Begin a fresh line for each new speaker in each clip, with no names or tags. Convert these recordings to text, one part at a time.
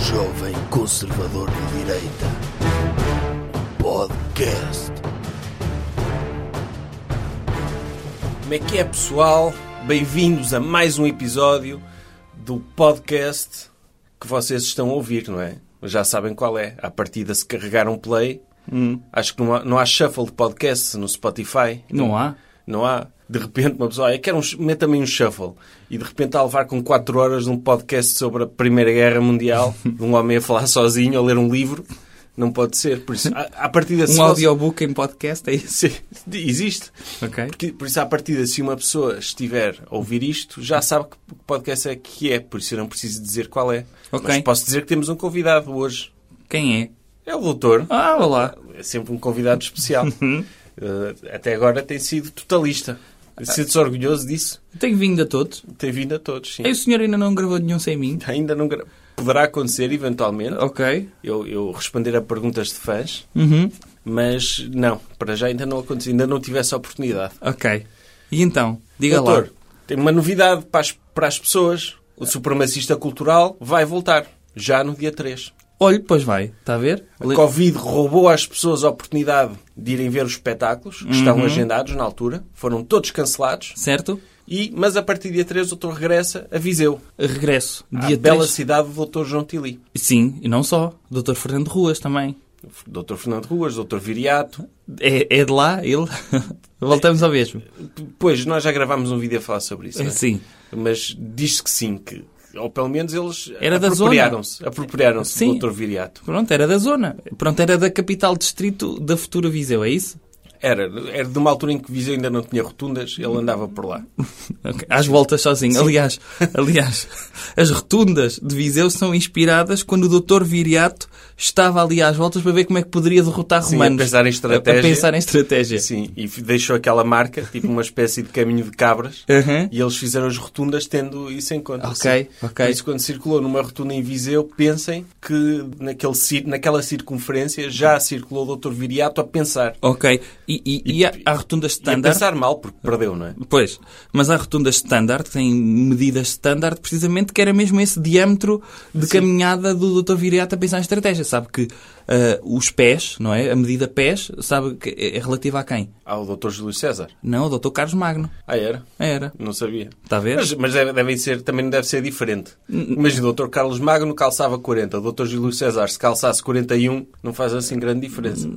Jovem Conservador de Direita. Podcast.
Como é que é, pessoal? Bem-vindos a mais um episódio do podcast que vocês estão a ouvir, não é? Já sabem qual é. À partida, se carregaram play,
Hum.
acho que não há, não há shuffle de podcast no Spotify.
Não há?
Não há. De repente, uma pessoa, olha, quero um, sh- meter também um shuffle. E de repente está a levar com 4 horas de um podcast sobre a Primeira Guerra Mundial, de um homem a falar sozinho, a ler um livro. Não pode ser. Por isso, à, à partida, se
Um
você-
audiobook em podcast, é isso?
Sim, existe.
Ok.
Porque, por isso, à partida, se uma pessoa estiver a ouvir isto, já sabe que podcast é que é, por isso eu não preciso dizer qual é.
Ok.
Mas posso dizer que temos um convidado hoje.
Quem é?
É o doutor.
Ah, olá.
É sempre um convidado especial. Eh, até agora tem sido totalista. Sentes orgulhoso disso?
Tenho vindo a todos.
Tem vindo a todos, sim.
Aí o senhor ainda não gravou nenhum sem mim.
Ainda não... gra- Poderá acontecer, eventualmente,
Ok.
eu, eu responder a perguntas de fãs,
Uhum.
mas não, para já ainda não aconteceu, ainda não tive essa oportunidade.
Ok. E então? Diga
Doutor,
lá.
tem uma novidade para as, para as pessoas. O supremacista cultural vai voltar, já no dia 3.
Olhe, pois vai. Está a ver?
A Covid roubou às pessoas a oportunidade de irem ver os espetáculos que estavam
Uhum.
agendados na altura. Foram todos cancelados.
Certo?
E, mas a partir do dia 3 o doutor regressa a Viseu.
Regresso.
à
Dia
Ah, bela
3.
cidade do doutor João Tili.
Sim, e não só. Dr. Fernando Ruas também.
Doutor Fernando Ruas, doutor Viriato.
É, é de lá, ele? Voltamos ao mesmo.
Pois, nós já gravámos um vídeo a falar sobre isso. não é?
Sim.
Mas diz-se que sim, que... Ou pelo menos eles
Era da zona.
apropriaram-se apropriaram-se do
Sim.
doutor Viriato.
Pronto, era da zona. Pronto, era da capital distrito da futura Viseu, é isso?
Era, era de uma altura em que Viseu ainda não tinha rotundas, ele andava por lá.
Ok, Às voltas sozinho. Aliás, aliás, as rotundas de Viseu são inspiradas quando o Dr. Viriato estava ali às voltas para ver como é que poderia derrotar
Sim,
romanos.
a pensar em estratégia.
A pensar em estratégia.
Sim, e f- deixou aquela marca, tipo uma espécie de caminho de cabras,
Uhum.
e eles fizeram as rotundas tendo isso em conta.
Ok,
sim.
ok.
Por isso, quando circulou numa rotunda em Viseu, pensem que naquele, cir- naquela circunferência já circulou o Dr. Viriato a pensar.
Ok. E, e, e há, há rotundas
E a
standard.
pensar mal, porque perdeu, não é?
Pois, mas há rotundas standard, que têm medidas standard, precisamente que era mesmo esse diâmetro de caminhada do Dr. Viriato a pensar em estratégia. Sabe que ah, os pés, não é? A medida pés, sabe que é é relativa a quem?
Ah, o Dr. Júlio César.
Não, o Dr. Carlos Magno.
Ah, era?
Era.
Não sabia.
Está a ver?
Mas, mas deve- devem ser, também deve ser diferente. Imagina, o Dr. Carlos Magno calçava 40, o Dr. Júlio César, se calçasse 41, não faz assim grande diferença.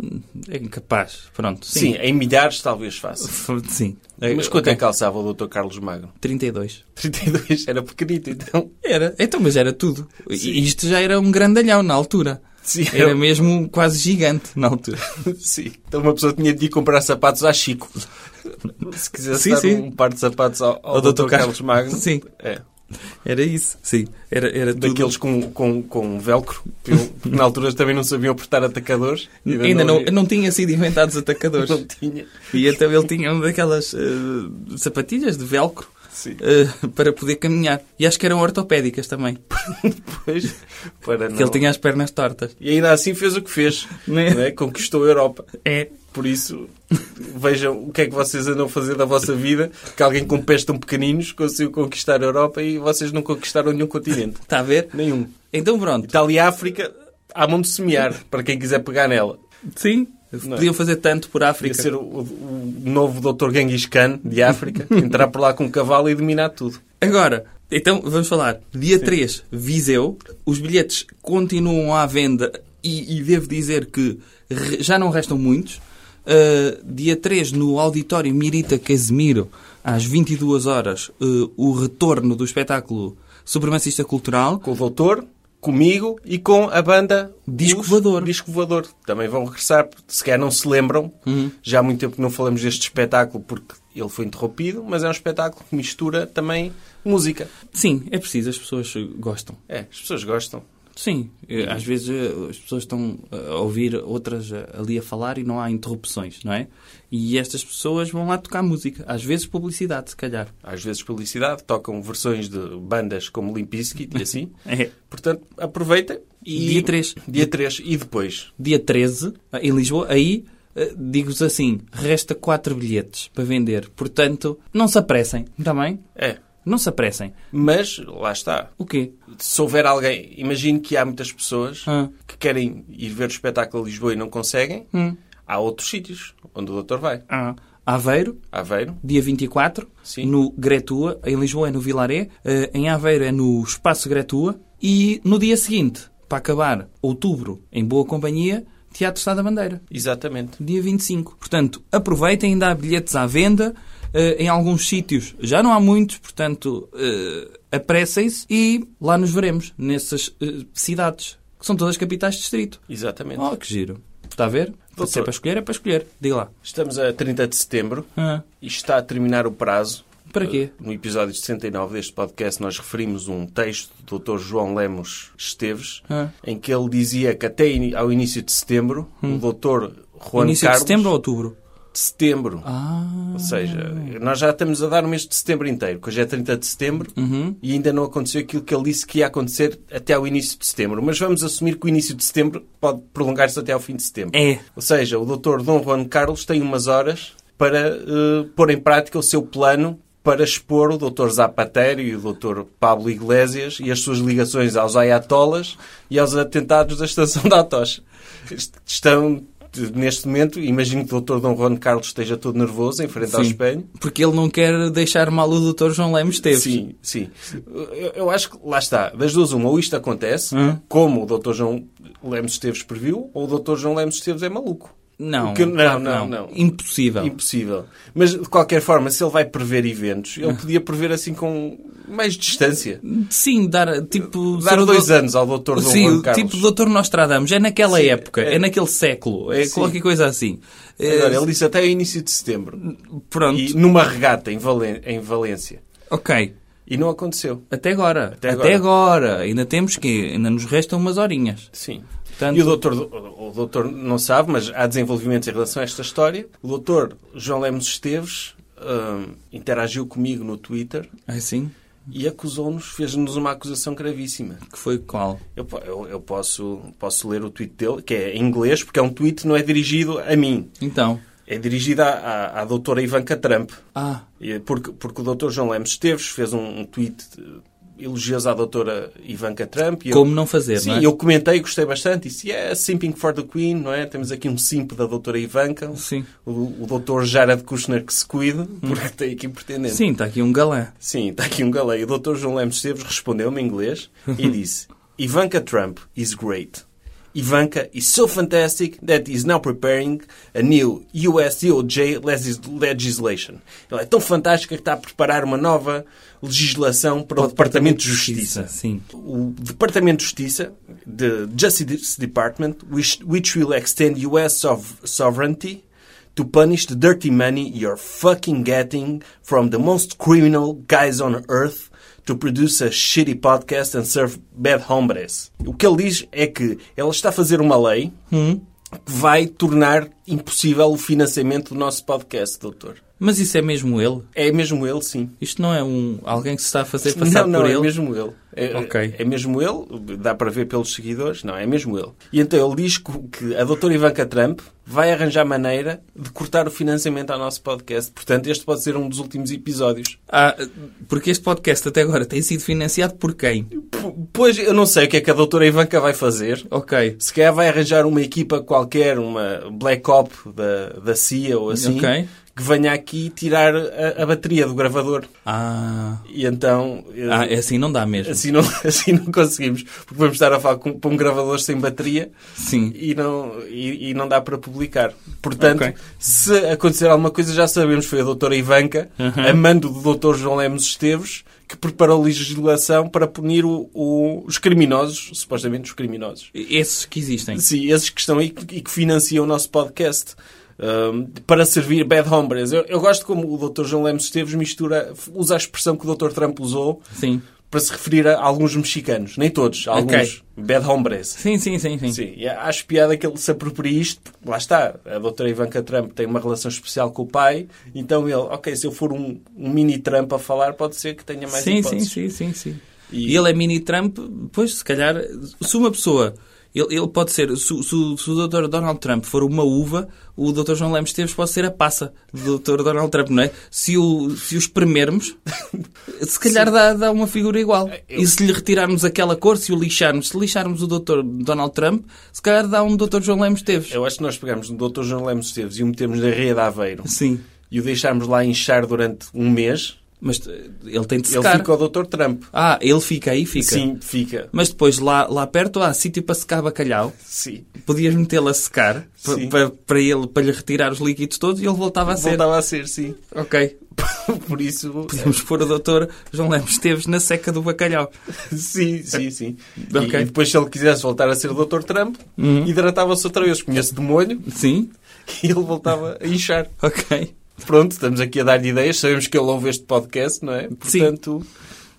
É incapaz. Pronto.
Sim,
Sim.
em milhares talvez faça.
Sim. Eh,
Mas quanto é que calçava o Dr. Carlos Magno?
32.
32, era pequenito, então.
Era. Então, mas era tudo. E Isto já era um grandalhão na altura.
Sim,
Era
eu-
mesmo quase gigante na altura.
Sim, então uma pessoa tinha de ir comprar sapatos à Chico. Se quisesse
Sim,
dar
sim.
um par de sapatos ao, ao
Ao
Dr.
Dr.
Carlos
Carlos
Magno,
Sim.
é,
Era isso. Sim. Era, era tudo.
daqueles com, com, com velcro, porque na altura também não sabiam apertar atacadores.
Ainda não,
havia-
não tinha sido inventados atacadores.
não tinha.
E então ele tinha uma daquelas eh, sapatilhas de velcro
Sim.
eh, para poder caminhar. E acho que eram ortopédicas também.
Pois, para
Que ele
não-
tinha as pernas tortas.
E ainda assim fez o que fez,
Né?
né? conquistou a Europa.
É.
Por isso, vejam o que é que vocês andam a fazer da vossa vida, que alguém com pés tão pequeninos conseguiu conquistar a Europa e vocês não conquistaram nenhum continente.
Está a ver?
Nenhum.
Então pronto.
Itália e África, há mão de semear, para quem quiser pegar nela.
Sim. Podiam fazer tanto por
Podia
África.
ser o, o- o novo Dr. Genghis Khan de África, entrar por lá com um cavalo e dominar tudo.
Agora, então vamos falar. Dia 3, Viseu. Os bilhetes continuam à venda e, e devo dizer que re- já não restam muitos. Uh, dia 3, no auditório Mirita Casemiro, às 22 horas, uh, o retorno do espetáculo Supremacista Cultural.
Com o doutor, comigo e com a banda
Disco
Os
Voador.
Disco Voador. Também vão regressar, se calhar não se lembram.
Uhum.
Já há muito tempo que não falamos deste espetáculo porque ele foi interrompido, mas é um espetáculo que mistura também música.
Sim, é preciso, as pessoas uh, gostam.
É, as pessoas gostam.
Sim, eh, às vezes eh, as pessoas estão eh, a ouvir outras eh, ali a falar e não há interrupções, não é? E estas pessoas vão lá tocar música, às vezes publicidade, se calhar.
Às vezes publicidade, tocam versões de bandas como Limp Bizkit e assim.
É.
Portanto, aproveitem. E...
Dia três.
Dia 3. E depois?
Dia 13, em Lisboa, aí eh, digo-vos assim: resta 4 bilhetes para vender, portanto, não se apressem, está bem?
É.
Não se apressem.
Mas, lá está.
O quê?
Se houver alguém, imagino que há muitas pessoas
Ah.
que querem ir ver o espetáculo a Lisboa e não conseguem,
Hum.
há outros sítios onde o doutor vai.
Ah, Aveiro,
Aveiro,
dia 24,
Sim.
no Gretua. Em Lisboa é no Vilaré. eh, em Aveiro é no Espaço Gretua. E no dia seguinte, para acabar outubro, em boa companhia, Teatro Estado da Bandeira.
exatamente.
dia 25. Portanto, aproveitem, ainda há bilhetes à venda eh, em alguns sítios. Já não há muitos, portanto, eh, apressem-se e lá nos veremos, nessas eh, cidades, que são todas capitais de distrito.
Exatamente.
Oh, que giro. Está a ver? Se é para escolher, é para escolher. Diga lá.
Estamos a 30 de setembro
Ah,
e está a terminar o prazo. Eh,
para quê?
No episódio 69 deste podcast, nós referimos um texto do Dr. João Lemos Esteves,
Ah.
em que ele dizia que até ini- ao início de setembro, o Dr. Juan
Hum. Início
Carlos...
de setembro ou outubro?
de setembro.
Ah,
Ou seja, nós já estamos a dar o mês de setembro inteiro, que hoje é 30 de setembro,
Uhum.
e ainda não aconteceu aquilo que ele disse que ia acontecer até ao início de setembro. Mas vamos assumir que o início de setembro pode prolongar-se até ao fim de setembro.
é.
Ou seja, o Dr. Dom Juan Carlos tem umas horas para eh, pôr em prática o seu plano para expor o Dr. Zapatero e o Dr. Pablo Iglesias e as suas ligações aos ayatolas e aos atentados da estação da Atocha. Est- Estão, de- neste momento, imagino que o Dr. Dom Juan Carlos esteja todo nervoso em frente ao
Sim.
espelho.
Porque ele não quer deixar mal o Dr. João Lemos Esteves.
Sim, sim. Eu, eu acho que, lá está, das duas uma, ou isto acontece,
Hum?
como o Dr. João Lemos Esteves previu, ou o Dr. João Lemos Esteves é maluco.
Não,
O que- não,
claro que
não, não.
Impossível.
Impossível. Mas, de qualquer forma, se ele vai prever eventos,
Hum.
ele podia prever assim com mais distância.
Sim, dar tipo.
Dar
ser o
dois
Dr.
anos ao Dr. Dom
Sim,
Juan
o
Carlos.
tipo Doutor Nostradamus. É naquela época, é... naquele século, é
Sim.
qualquer coisa assim. É,
Agora, ele disse até o início de setembro.
Pronto,
E numa regata em, Valen- em Valência.
ok.
E não aconteceu.
Até agora.
Até
Até,
agora.
agora. Ainda temos que. Ainda nos restam umas horinhas.
Sim.
Portanto-
E o doutor, o doutor não sabe, mas há desenvolvimentos em relação a esta história. O doutor João Lemos Esteves hum, interagiu comigo no Twitter
É sim?
e acusou-nos, fez-nos uma acusação gravíssima.
Que foi qual?
Eu, po- eu- eu posso, posso ler o tweet dele, que é em inglês, porque é um tweet, não é dirigido a mim.
Então.
É dirigido à, à, à doutora Ivanka Trump.
Ah,
E Porque, porque o doutor João Lemos Esteves fez um, um tweet eh, elogioso à doutora Ivanka Trump. e eu-
como não fazer,
Sim,
não é?
eu comentei, gostei bastante. Disse, yeah, simping for the queen, não é? Temos aqui um simp da doutora Ivanka.
Sim. Hum.
O, o doutor Jared Kushner que se cuide, porque tem aqui pretendente.
Sim, está aqui um galã.
Sim, está aqui um galei. O Dr. João Lemos Esteves respondeu-me em inglês e disse: Ivanka Trump is great. Ivanka is so fantastic that is now preparing a new US DOJ legis- legislation. Ela é tão fantástica que está a preparar uma nova legislação para o Departamento de Justiça.
Sim.
O Departamento de Justiça, the Justice Department, which, which will extend US sov- sovereignty to punish the dirty money you're fucking getting from the most criminal guys on earth to produce a shitty podcast and serve bad hombres. O que ele diz é que ela está a fazer uma lei que vai tornar impossível o financiamento do nosso podcast, doutor.
Mas isso é mesmo ele?
É mesmo ele, sim.
Isto não é um alguém que se está a fazer passar
não, não,
por
é
ele?
mesmo ele. É,
Ok.
é mesmo ele, dá para ver pelos seguidores, não, é mesmo ele. E então ele diz que- que a doutora Ivanka Trump vai arranjar maneira de cortar o financiamento ao nosso podcast. Portanto, este pode ser um dos últimos episódios.
Ah, porque este podcast até agora tem sido financiado por quem?
P- Pois, eu não sei o que é que a doutora Ivanka vai fazer.
Ok.
Se calhar vai arranjar uma equipa qualquer, uma Black Op da, da CIA ou assim,
Ok.
que venha aqui tirar a, a bateria do gravador.
Ah.
E então... eh,
Ah, é assim não dá mesmo.
Assim não, assim não conseguimos, porque vamos estar a falar com, para um gravador sem bateria
Sim.
e não, e, e não dá para publicar. Portanto,
Ok.
se acontecer alguma coisa, já sabemos. Foi a doutora Ivanka, a mando do doutor João Lemos Esteves, que preparou legislação para punir o- o- os criminosos, supostamente os criminosos.
Esses que existem.
Sim, esses que estão aí que- e que financiam o nosso podcast. hum, para servir bad hombres. Eu, eu gosto como o doutor João Lemos Esteves mistura, usa a expressão que o doutor Trump usou
Sim.
para se referir a alguns mexicanos, nem todos, a alguns
Ok.
bad hombres.
Sim, sim, sim, sim.
Sim, e acho piada que ele se aproprie isto, porque lá está, a doutora Ivanka Trump tem uma relação especial com o pai, então ele, ok, se eu for um, um mini Trump a falar, pode ser que tenha mais
sim, sim,
hipóteses.
sim, sim, sim.
E-
E ele é mini Trump, pois se calhar, se uma pessoa Ele, ele pode ser, se, o- se o se o Dr. Donald Trump for uma uva, o Dr. João Lemos Teves pode ser a passa do Dr. Donald Trump, não é? Se, o, se os premermos, se calhar dá, dá uma figura igual.
É,
E se lhe retirarmos aquela cor, se o lixarmos, se lixarmos o Dr. Donald Trump, se calhar dá um Dr. João Lemos Teves.
Eu acho que nós pegamos no Dr. João Lemos Esteves e o metemos na rede Aveiro
Sim.
e o deixarmos lá inchar durante um mês,
Mas eh, ele tem de
ele
secar.
fica o Dr. Trump.
Ah, ele fica aí, fica.
Sim, fica.
Mas depois lá, lá perto há sítio para secar bacalhau.
Sim.
Podias metê-lo a secar pa-
Sim.
pa- para ele para lhe retirar os líquidos todos e ele voltava a ser.
Voltava a ser, sim.
Ok.
Por isso.
Podemos pôr o doutor João Lemos Teves na seca do bacalhau.
Sim, sim, sim. E-
Ok. Uhum.
E, depois, se ele quisesse voltar a ser o Dr. Trump, hidratava-se outra vez, comia-se de molho
Sim?
e ele voltava a inchar.
Ok.
Pronto, estamos aqui a dar ideias, sabemos que ele ouve este podcast, não é?
Sim.
Portanto,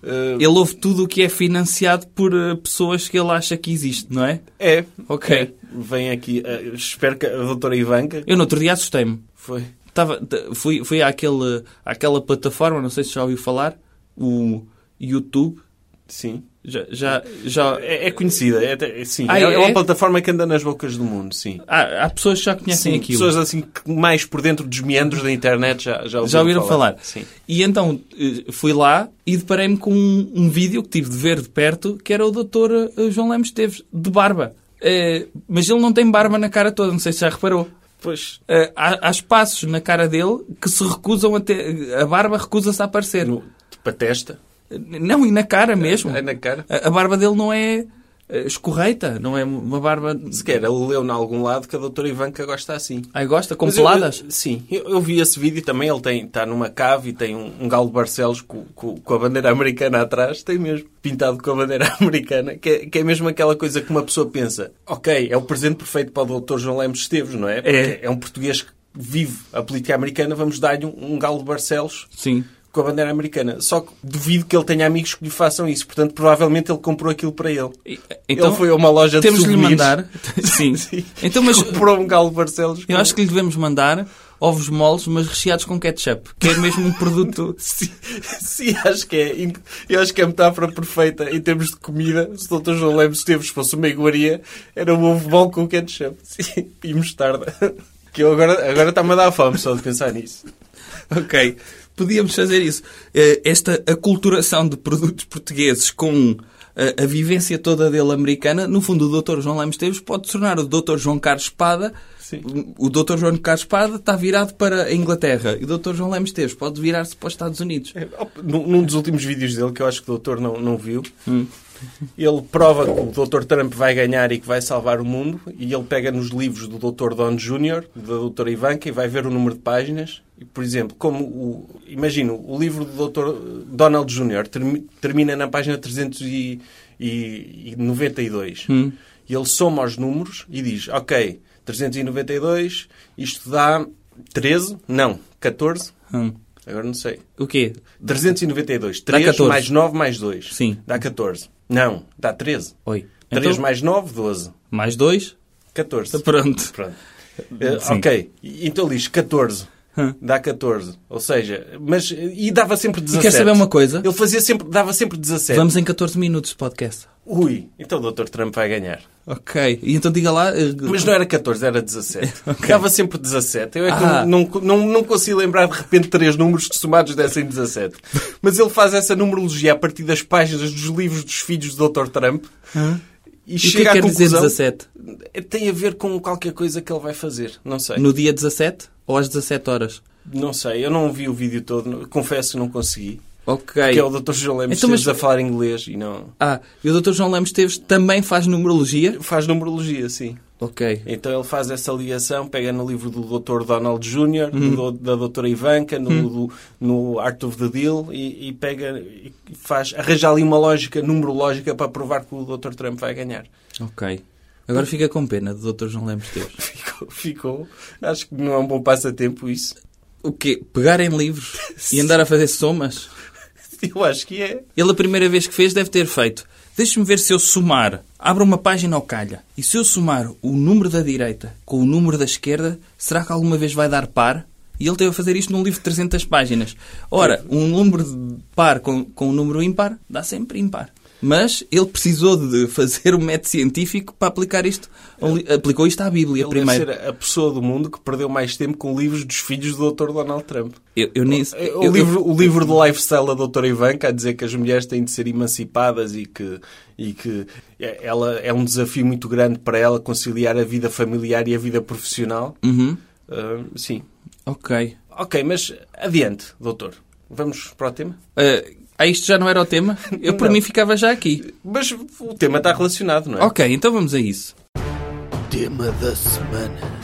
eh,
Ele ouve tudo o que é financiado por eh, pessoas que ele acha que existe, não é?
é.
Ok.
É. Vem aqui, eh, espero que a doutora Ivanka
Eu no outro dia assustei-me.
foi.
Tava, t- fui fui àquele, àquela plataforma, não sei se já ouviu falar, o YouTube.
Sim.
Já, já, já...
É, é conhecida, é, até- é- sim.
Ah,
é,
é?
é uma plataforma que anda nas bocas do mundo, sim.
Há, há pessoas que já conhecem
Sim,
aquilo.
Pessoas assim que mais por dentro dos meandros da internet já, já ouviram,
Já ouviram falar?
Sim.
E então eh, fui lá e deparei-me com um, um vídeo que tive de ver de perto, que era o Dr. eh, João Lemos Teves, de barba. Eh, mas ele não tem barba na cara toda, não sei se já reparou.
Pois,
Eh, há, há espaços na cara dele que se recusam a ter. A barba recusa-se a aparecer.
no, para a testa,
Eh, Não, e na cara mesmo.
é na cara.
A, a barba dele não é eh, escorreita, não é uma barba.
Sequer ele leu em algum lado que a doutora Ivanka gosta assim.
Ai, gosta? Com
Mas eu-
peladas?
eu- sim, eu, eu vi esse vídeo também. Ele tem, está numa cave e tem um, um galo de Barcelos co- co- com, a bandeira americana atrás. Tem mesmo, pintado com a bandeira americana. Que é, que é mesmo aquela coisa que uma pessoa pensa: ok, é o presente perfeito para o doutor João Lemos Esteves, não é? Porque
É.
um português que vive a política americana. Vamos dar-lhe um, um galo de Barcelos
Sim.
com a bandeira americana. Só que duvido que ele tenha amigos que lhe façam isso. Portanto, provavelmente ele comprou aquilo para ele.
E- Então
ele foi a uma loja de
temos de lhe
souvenirs,
mandar. Sim. Então, mas
Comprou um galo de Barcelos.
Eu acho que lhe devemos mandar ovos moles, mas recheados com ketchup, que é mesmo um produto.
Sim, sim, acho que é. inc- Eu acho que é a metáfora perfeita em termos de comida. Se o Dr. João Lemos Esteves fosse uma iguaria, era um ovo bom com ketchup sim, e mostarda. Que eu agora agora está-me a dar fome só de pensar nisso.
ok, podíamos fazer isso. Eh, Esta aculturação de produtos portugueses com eh, a vivência toda dele americana, no fundo, o Dr. João Lemos Teves pode tornar o Dr. João Carlos Espada.
Sim.
O Dr. João Carlos Espada está virado para a Inglaterra e o Dr. João Lemos Teves pode virar-se para os Estados Unidos.
É, op, Num num dos últimos vídeos dele, que eu acho que o doutor não, não viu, ele prova que o Dr. Trump vai ganhar e que vai salvar o mundo. E ele pega nos livros do Dr. Don Jr., da doutora Ivanka, e vai ver o número de páginas. E, por exemplo, como o. Imagino, o livro do Dr. Donald Jr. termi- termina na página 392. E ele soma os números e diz: Ok, 392, isto dá 13? Não, 14?
Hum.
Agora não sei.
O quê?
392.
Dá
3
14.
mais 9 mais 2.
Sim.
Dá 14. Não, dá 13.
Oi.
3
Então,
mais 9, 12.
mais dois?
14.
Pronto.
Pronto. Eh,
Sim.
ok. E- Então ele diz 14.
Hum.
Dá 14. Ou seja, mas... eh, E dava sempre 17.
quer saber uma coisa?
Ele fazia sempre... Dava sempre 17.
Vamos em 14 minutos de podcast.
Ui, então o Dr. Trump vai ganhar.
Ok. E então diga lá. eh,
Mas não era 14, era 17. Dava sempre 17. Eu é que
Ah.
não, não, não, não consigo lembrar de repente três números que somados dessem 17. Mas ele faz essa numerologia a partir das páginas dos livros dos filhos do Dr. Trump. E,
E o que é
chega
que
à
quer dizer
conclusão. é
17?
Tem a ver com qualquer coisa que ele vai fazer. Não sei.
No dia 17 ou às 17 horas?
Não sei. Eu não vi o vídeo todo. Confesso que não consegui.
Ok.
Que é o Dr. João Lemos
Então, mas-
Esteves a falar inglês e não...
Ah, e o Dr. João Lemos Teves também faz numerologia?
Faz numerologia, sim.
Ok.
Então ele faz essa ligação, pega no livro do Dr. Donald Jr., do- da Dra. Ivanka, no, do- no Art of the Deal e, e pega e faz arranja ali uma lógica numerológica para provar que o Dr. Trump vai ganhar.
Ok. Agora fica com pena do Dr. João Lemos Teves.
Ficou, ficou. Acho que não é um bom passatempo isso.
O quê? Pegar em livros e andar a fazer somas?
Eu acho que é.
Ele a primeira vez que fez deve ter feito. Deixa-me ver se eu somar. Abra uma página ao calha. E se eu somar o número da direita com o número da esquerda, será que alguma vez vai dar par? E ele teve a fazer isto num livro de 300 páginas. Ora, um número de par com, com um número ímpar dá sempre ímpar. Mas ele precisou de fazer um método científico para aplicar isto. Aplicou isto à Bíblia
Ele
primeiro.
deve ser a pessoa do mundo que perdeu mais tempo com livros dos filhos do Dr. Donald Trump.
Eu, eu nem-
É, O
eu-
livro, o livro de lifestyle da doutora Ivanka a dizer que as mulheres têm de ser emancipadas e que, e que é- ela, é um desafio muito grande para ela conciliar a vida familiar e a vida profissional.
Uhum.
Ah, sim.
Ok.
Ok, mas adiante, doutor. Vamos para o tema?
Uh, ah, isto já não era o tema? Eu, por
Não.
mim, ficava já aqui.
Mas o tema está relacionado, não é?
Ok, então vamos a isso.
Tema da semana.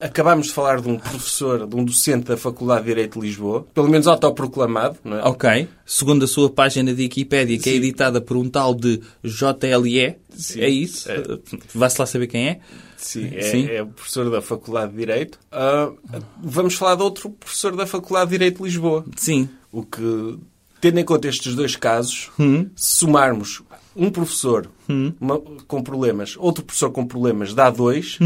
Acabámos de falar de um professor, de um docente da Faculdade de Direito de Lisboa, pelo menos autoproclamado, não é?
Ok. Segundo a sua página de Wikipédia, que é
Sim.
editada por um tal de JLE,
Sim.
é isso?
É.
Uh, Vá-se lá saber quem é.
Sim, é,
Sim.
é professor da Faculdade de Direito. Ah, vamos falar de outro professor da Faculdade de Direito de Lisboa.
Sim.
O que, tendo em conta estes dois casos, se somarmos um professor uma- com problemas, outro professor com problemas, dá dois,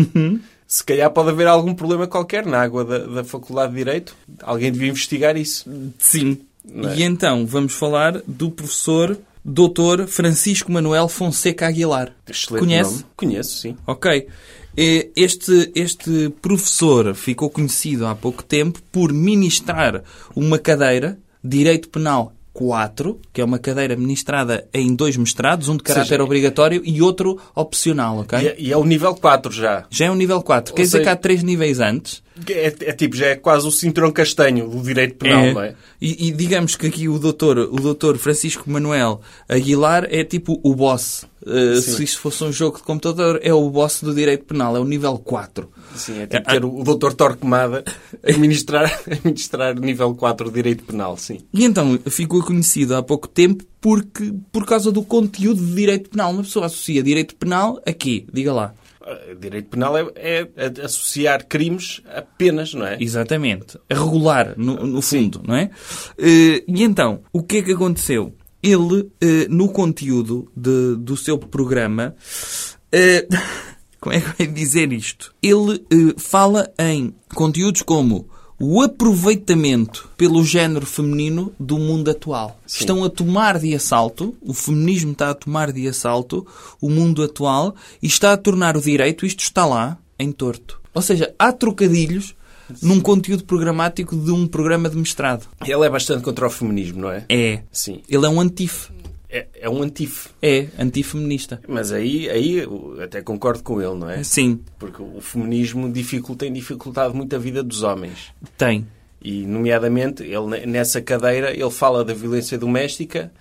se calhar pode haver algum problema qualquer na água da, da Faculdade de Direito. Alguém devia investigar isso.
Sim.
Não é?
E então vamos falar do professor Dr. Francisco Manuel Fonseca Aguilar.
Excelente
Conhece?
nome. Conheço, sim.
Ok. Eh, Este, este professor ficou conhecido há pouco tempo por ministrar uma cadeira, Direito Penal 4, que é uma cadeira ministrada em dois mestrados, um de caráter
seja,
obrigatório e outro opcional, ok?
E é- E, é o nível 4 já.
Já é o nível 4. Quer dizer
seja-
que há três níveis antes.
É, é tipo, já é quase o cinturão castanho do direito penal, não é?
E, e digamos que aqui o doutor, o doutor Francisco Manuel Aguilar é tipo o boss. Eh,
Sim.
se isto fosse um jogo de computador, é o boss do direito penal, é o nível 4.
Sim, é tipo ter o, o Dr. Torquemada a ministrar, a ministrar nível 4 de Direito Penal, sim.
E então ficou conhecido há pouco tempo porque, por causa do conteúdo de direito penal. Uma pessoa associa direito penal a quê? Diga lá.
Ah, Direito Penal é, é a- associar crimes a penas, não é?
Exatamente. A regular, no, no fundo, não é? Eh, E então, o que é que aconteceu? Ele, eh, no conteúdo de- do seu programa, eh, como é que vai dizer isto? Ele eh, fala em conteúdos como o aproveitamento pelo género feminino do mundo atual. Estão a tomar de assalto, o feminismo está a tomar de assalto o mundo atual e está a tornar o direito, isto está lá, em torto. Ou seja, há trocadilhos num conteúdo programático de um programa de mestrado.
Ele é bastante contra o feminismo, não é?
É.
Sim.
Ele é um antife.
É, é um antife.
É, antifeminista.
Mas aí, aí eu até concordo com ele, não é?
Sim,
Porque o feminismo dificulta, tem dificultado muito a vida dos homens.
tem.
E, nomeadamente, ele, ne- nessa cadeira, ele fala da violência doméstica,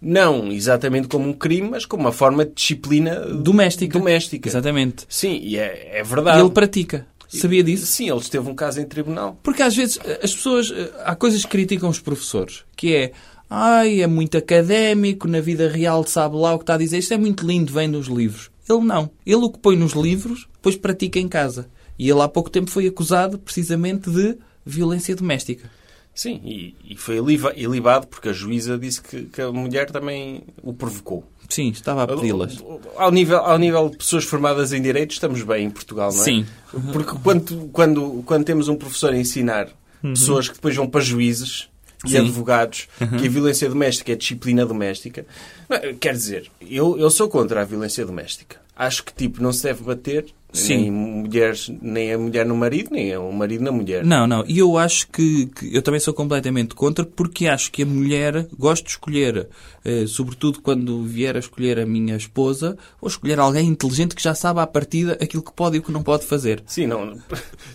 não exatamente como um crime, mas como uma forma de disciplina
Doméstica.
doméstica.
Exatamente.
Sim, e é, é
E
verdade.
ele pratica. Sabia disso?
Sim, ele esteve um caso em tribunal.
Porque às vezes eh, as pessoas. eh, Há coisas que criticam os professores, que é. Ai, é muito académico, na vida real sabe lá o que está a dizer. Isto é muito lindo, vem dos livros. Ele não. Ele o que põe nos livros, depois pratica em casa. E ele há pouco tempo foi acusado precisamente de violência doméstica.
Sim, e, e foi eliva- ilibado porque a juíza disse que, que a mulher também o provocou.
Sim, estava a pedi-las.
Ao nível, ao nível de pessoas formadas em Direito, estamos bem em Portugal, não é?
Sim.
Porque quando, quando, quando temos um professor a ensinar pessoas que depois vão para juízes e
Sim. Uhum.
advogados que a violência doméstica é disciplina doméstica, não, quer dizer, eu, eu sou contra a violência doméstica. Acho que, tipo, não se deve bater
Sim.
nem, mulheres, nem a mulher no marido, nem o marido na mulher.
Não, não. E eu acho que, que- eu também sou completamente contra porque acho que a mulher gosta de escolher, eh, sobretudo quando vier a escolher a minha esposa, ou escolher alguém inteligente que já sabe à partida aquilo que pode e o que não pode fazer.
Sim, não,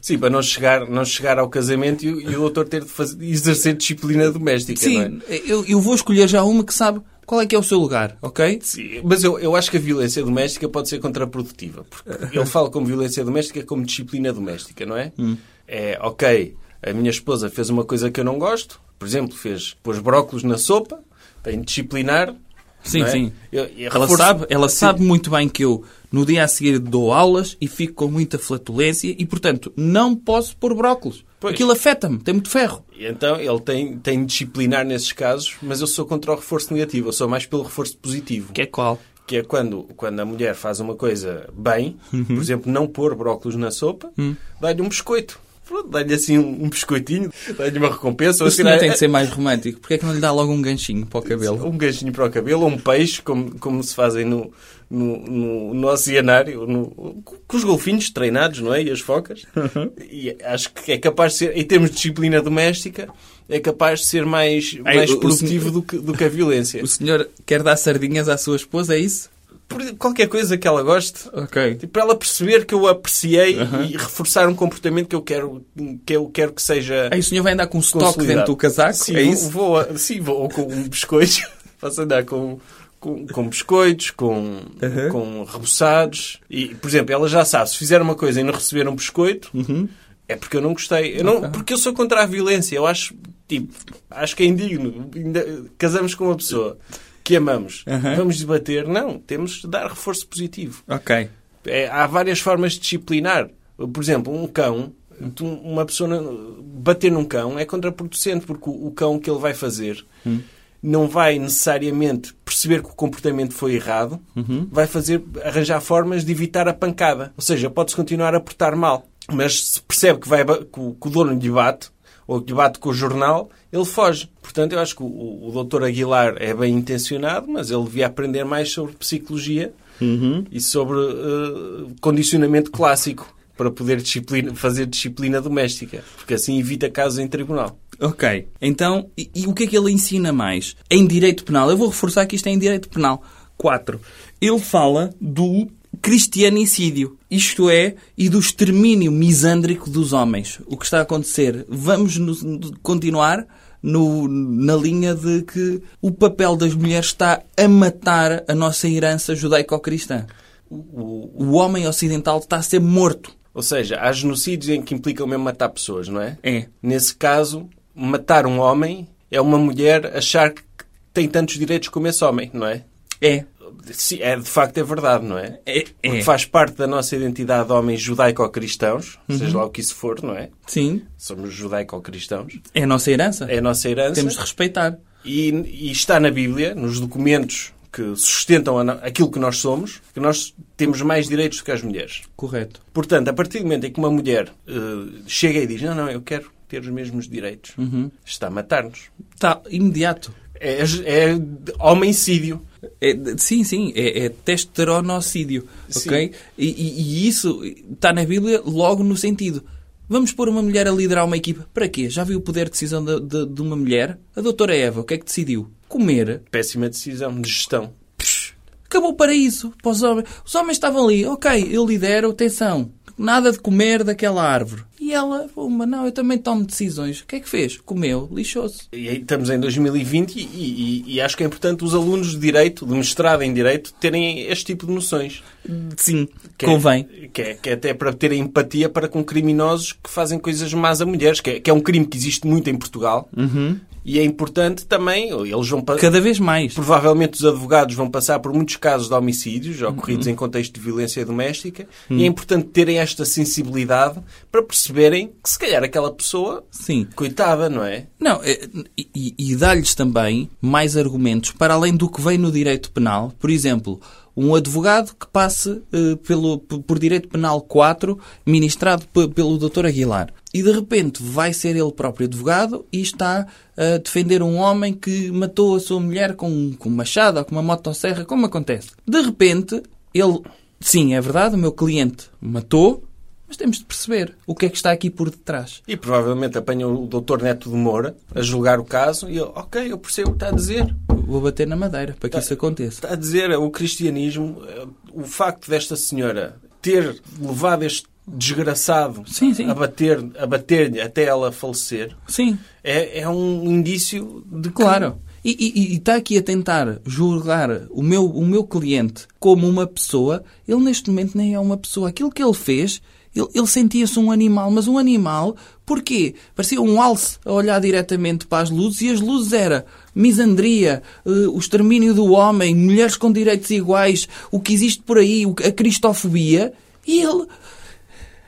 sim, para não chegar, não chegar ao casamento e, o- e o doutor ter de fazer, exercer disciplina doméstica. não é?
Sim, eu, eu vou escolher já uma que sabe qual é que é o seu lugar, ok?
Sim, Mas eu, eu acho que a violência doméstica pode ser contraprodutiva. Porque eu falo como violência doméstica como disciplina doméstica, não é?
Hum.
É, ok, a minha esposa fez uma coisa que eu não gosto, por exemplo, fez pôs brócolos na sopa, tenho de disciplinar.
Sim,
não é?
sim.
Eu- eu
Ela
reforço-
sabe, ela
Sim.
sabe muito bem que eu no dia a seguir dou aulas e fico com muita flatulência e, portanto, não posso pôr brócolos.
Pois.
Aquilo afeta-me, tem muito ferro.
E Então ele tem, tem de disciplinar nesses casos, mas eu sou contra o reforço negativo, eu sou mais pelo reforço positivo.
Que é qual?
que é quando, quando a mulher
Uhum. Hum.
faz uma coisa bem, por exemplo, não pôr brócolos na sopa, dá-lhe um biscoito. Pronto, dá-lhe assim um, um biscoitinho, dá-lhe uma recompensa.
O
ou
senhor
tirar-
tem que ser mais romântico. Porquê é que não lhe dá logo um ganchinho para o cabelo?
Um ganchinho para o cabelo, ou um peixe, como, como se fazem no, no, no, no oceanário, no- com os golfinhos treinados, não é? E as focas.
Uhum.
E acho que é capaz de ser, em termos de disciplina doméstica, é capaz de ser mais,
Ai,
mais
o- o
produtivo
senhor-
do que, do que a violência.
O senhor quer dar sardinhas à sua esposa, é isso?
Por qualquer coisa que ela goste,
Ok.
tipo, para ela perceber que eu a apreciei e reforçar um comportamento que eu quero que, eu quero que seja.
Aí o senhor vai andar com um estoque
consolidado.
dentro do casaco,
Sim,
é
vou-
isso?
Vou, a- sim, vou ou com um biscoito. Posso andar com, com, com biscoitos, com, com reboçados. E, por exemplo, ela já sabe, se fizer uma coisa e não receber um biscoito,
Uhum.
é porque eu não gostei. Eu não, Porque eu sou contra a violência. Eu acho, tipo, acho que é indigno. Ainda- Casamos com uma pessoa que amamos.
Uhum.
Vamos debater? Não, temos de dar reforço positivo.
Ok.
É, há várias formas de disciplinar. Por exemplo, um cão, tu- uma pessoa não- bater num cão é contraproducente, porque o, o cão que ele vai fazer não vai necessariamente perceber que o comportamento foi errado, vai fazer arranjar formas de evitar a pancada. Ou seja, pode-se continuar a portar mal, mas se percebe que, vai, ba- que, o, que o dono lhe bate ou que lhe bate com o jornal, ele foge. Portanto, eu acho que o, o, doutor Aguilar é bem intencionado, mas ele devia aprender mais sobre psicologia e sobre eh, condicionamento clássico para poder disciplina- fazer disciplina doméstica, porque assim evita casos em tribunal.
Ok. Então, e, e o que é que ele ensina mais? Em direito penal. Eu vou reforçar que isto é em direito penal. 4. Ele fala do cristianicídio. Isto é, e do extermínio misândrico dos homens. O que está a acontecer? Vamos nos- continuar no- na linha de que o papel das mulheres está a matar a nossa herança judaico-cristã.
O- o-
O homem ocidental está a ser morto.
ou seja, há genocídios em que implicam mesmo matar pessoas, não é?
É.
Nesse caso, matar um homem é uma mulher achar que tem tantos direitos como esse homem, não é?
É.
Sim, é, de facto é verdade, não é?
É.
Porque
é.
faz parte da nossa identidade de homens judaico-cristãos, seja lá o que isso for, não é?
Sim.
Somos judaico-cristãos.
É a nossa herança.
É a nossa herança.
Temos de respeitar.
E, e está na Bíblia, nos documentos que sustentam a no- aquilo que nós somos, que nós temos mais direitos do que as mulheres.
Correto.
Portanto, a partir do momento em que uma mulher eh, chega e diz não, não, eu quero ter os mesmos direitos, está a matar-nos.
Está imediato.
É, é homicídio.
É, de- sim, sim, é, é testosteronocídio,
Sim.
ok? E, e- e isso está na Bíblia logo no sentido. Vamos pôr uma mulher a liderar uma equipa. Para quê? Já viu o poder de decisão de, de- de uma mulher? A doutora Eva, o que é que decidiu? Comer.
Péssima decisão de gestão.
Psh, acabou o paraíso para os homens. Os homens estavam ali. Ok, eu lidero, atenção. Nada de comer daquela árvore. E ela, uma, não, eu também tomo decisões. O que é que fez? Comeu, lixou-se.
E aí estamos em 2020 e, e- e acho que é importante os alunos de Direito, de mestrado em Direito, terem este tipo de noções.
Sim,
Que é-
convém.
que, é, que é até para terem empatia para com criminosos que fazem coisas más a mulheres, que é, que é um crime que existe muito em Portugal. E é importante também, eles vão pa-
Cada vez mais.
Provavelmente os advogados vão passar por muitos casos de homicídios ocorridos
Uhum.
em contexto de violência doméstica e é importante terem esta sensibilidade para perceberem que se calhar aquela pessoa,
Sim.
coitada, não é?
Não, é, e- e, e dá-lhes também mais argumentos para além do que vem no direito penal. Por exemplo, um advogado que passe eh, pelo, p- por direito penal 4, ministrado pe- pelo Dr. Aguilar. E de repente vai ser ele próprio advogado e está a defender um homem que matou a sua mulher com, com um machado ou com uma motosserra, como acontece. De repente, ele. Sim, é verdade, o meu cliente matou, mas temos de perceber o que é que está aqui por detrás.
E provavelmente apanham o Dr. Neto de Moura a julgar o caso e ele, ok, eu percebo o que está a dizer.
Vou bater na madeira para que isso aconteça.
Está a dizer o cristianismo, eh, o facto desta senhora ter levado este desgraçado
Sim, sim.
a bater a bater-lhe até ela falecer
Sim,
é, é um indício de que-
claro. E- E e está aqui a tentar julgar o meu, o meu cliente como uma pessoa. Ele neste momento nem é uma pessoa. Aquilo que ele fez, ele, ele sentia-se um animal. Mas um animal, porquê? Parecia um alce a olhar diretamente para as luzes e as luzes era misandria, eh, o extermínio do homem, mulheres com direitos iguais, o que existe por aí, o que- a cristofobia. E ele,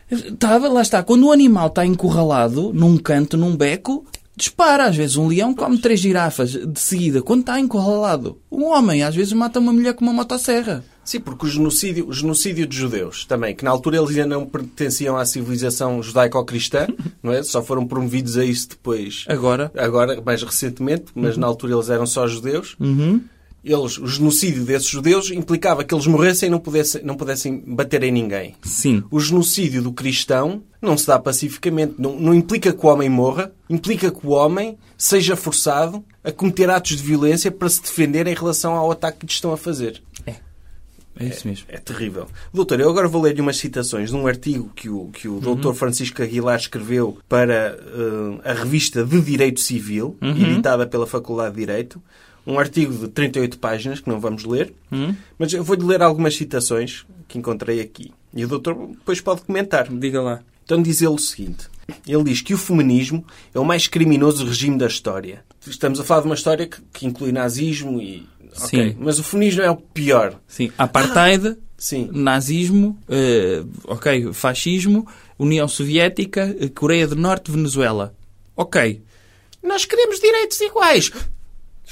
Estava, lá está. Quando o animal está encurralado num canto, num beco, dispara. Às vezes um leão come tá três girafas de seguida. Quando está encurralado, um homem às vezes mata uma mulher com uma motosserra.
Sim, porque o genocídio, o genocídio de judeus também, que na altura eles ainda não pertenciam à civilização judaico-cristã, não é? Só foram promovidos a isso depois.
Agora.
Agora, mais recentemente, mas na altura eles eram só judeus.
Uhum.
Eles, o genocídio desses judeus implicava que eles morressem e não pudessem, não pudessem bater em ninguém.
Sim.
O genocídio do cristão não se dá pacificamente. Não, não implica que o homem morra, implica que o homem seja forçado a cometer atos de violência para se defender em relação ao ataque que lhe estão a fazer.
É isso mesmo.
É terrível. Doutor, eu agora vou ler-lhe umas citações de um artigo que o, que o doutor Francisco Aguilar escreveu para eh, a revista de Direito Civil, editada pela Faculdade de Direito. Um artigo de 38 páginas que não vamos ler, mas eu vou-lhe ler algumas citações que encontrei aqui. E o doutor depois pode comentar.
Diga lá.
Então diz ele o seguinte: ele diz que o feminismo é o mais criminoso regime da história. Estamos a falar de uma história que, que inclui nazismo e. ok,
Sim.
mas o feminismo é o pior.
Sim. Apartheid,
Sim.
nazismo, eh, ok, fascismo, União Soviética, eh, Coreia do Norte, Venezuela. Ok.
Nós queremos direitos iguais.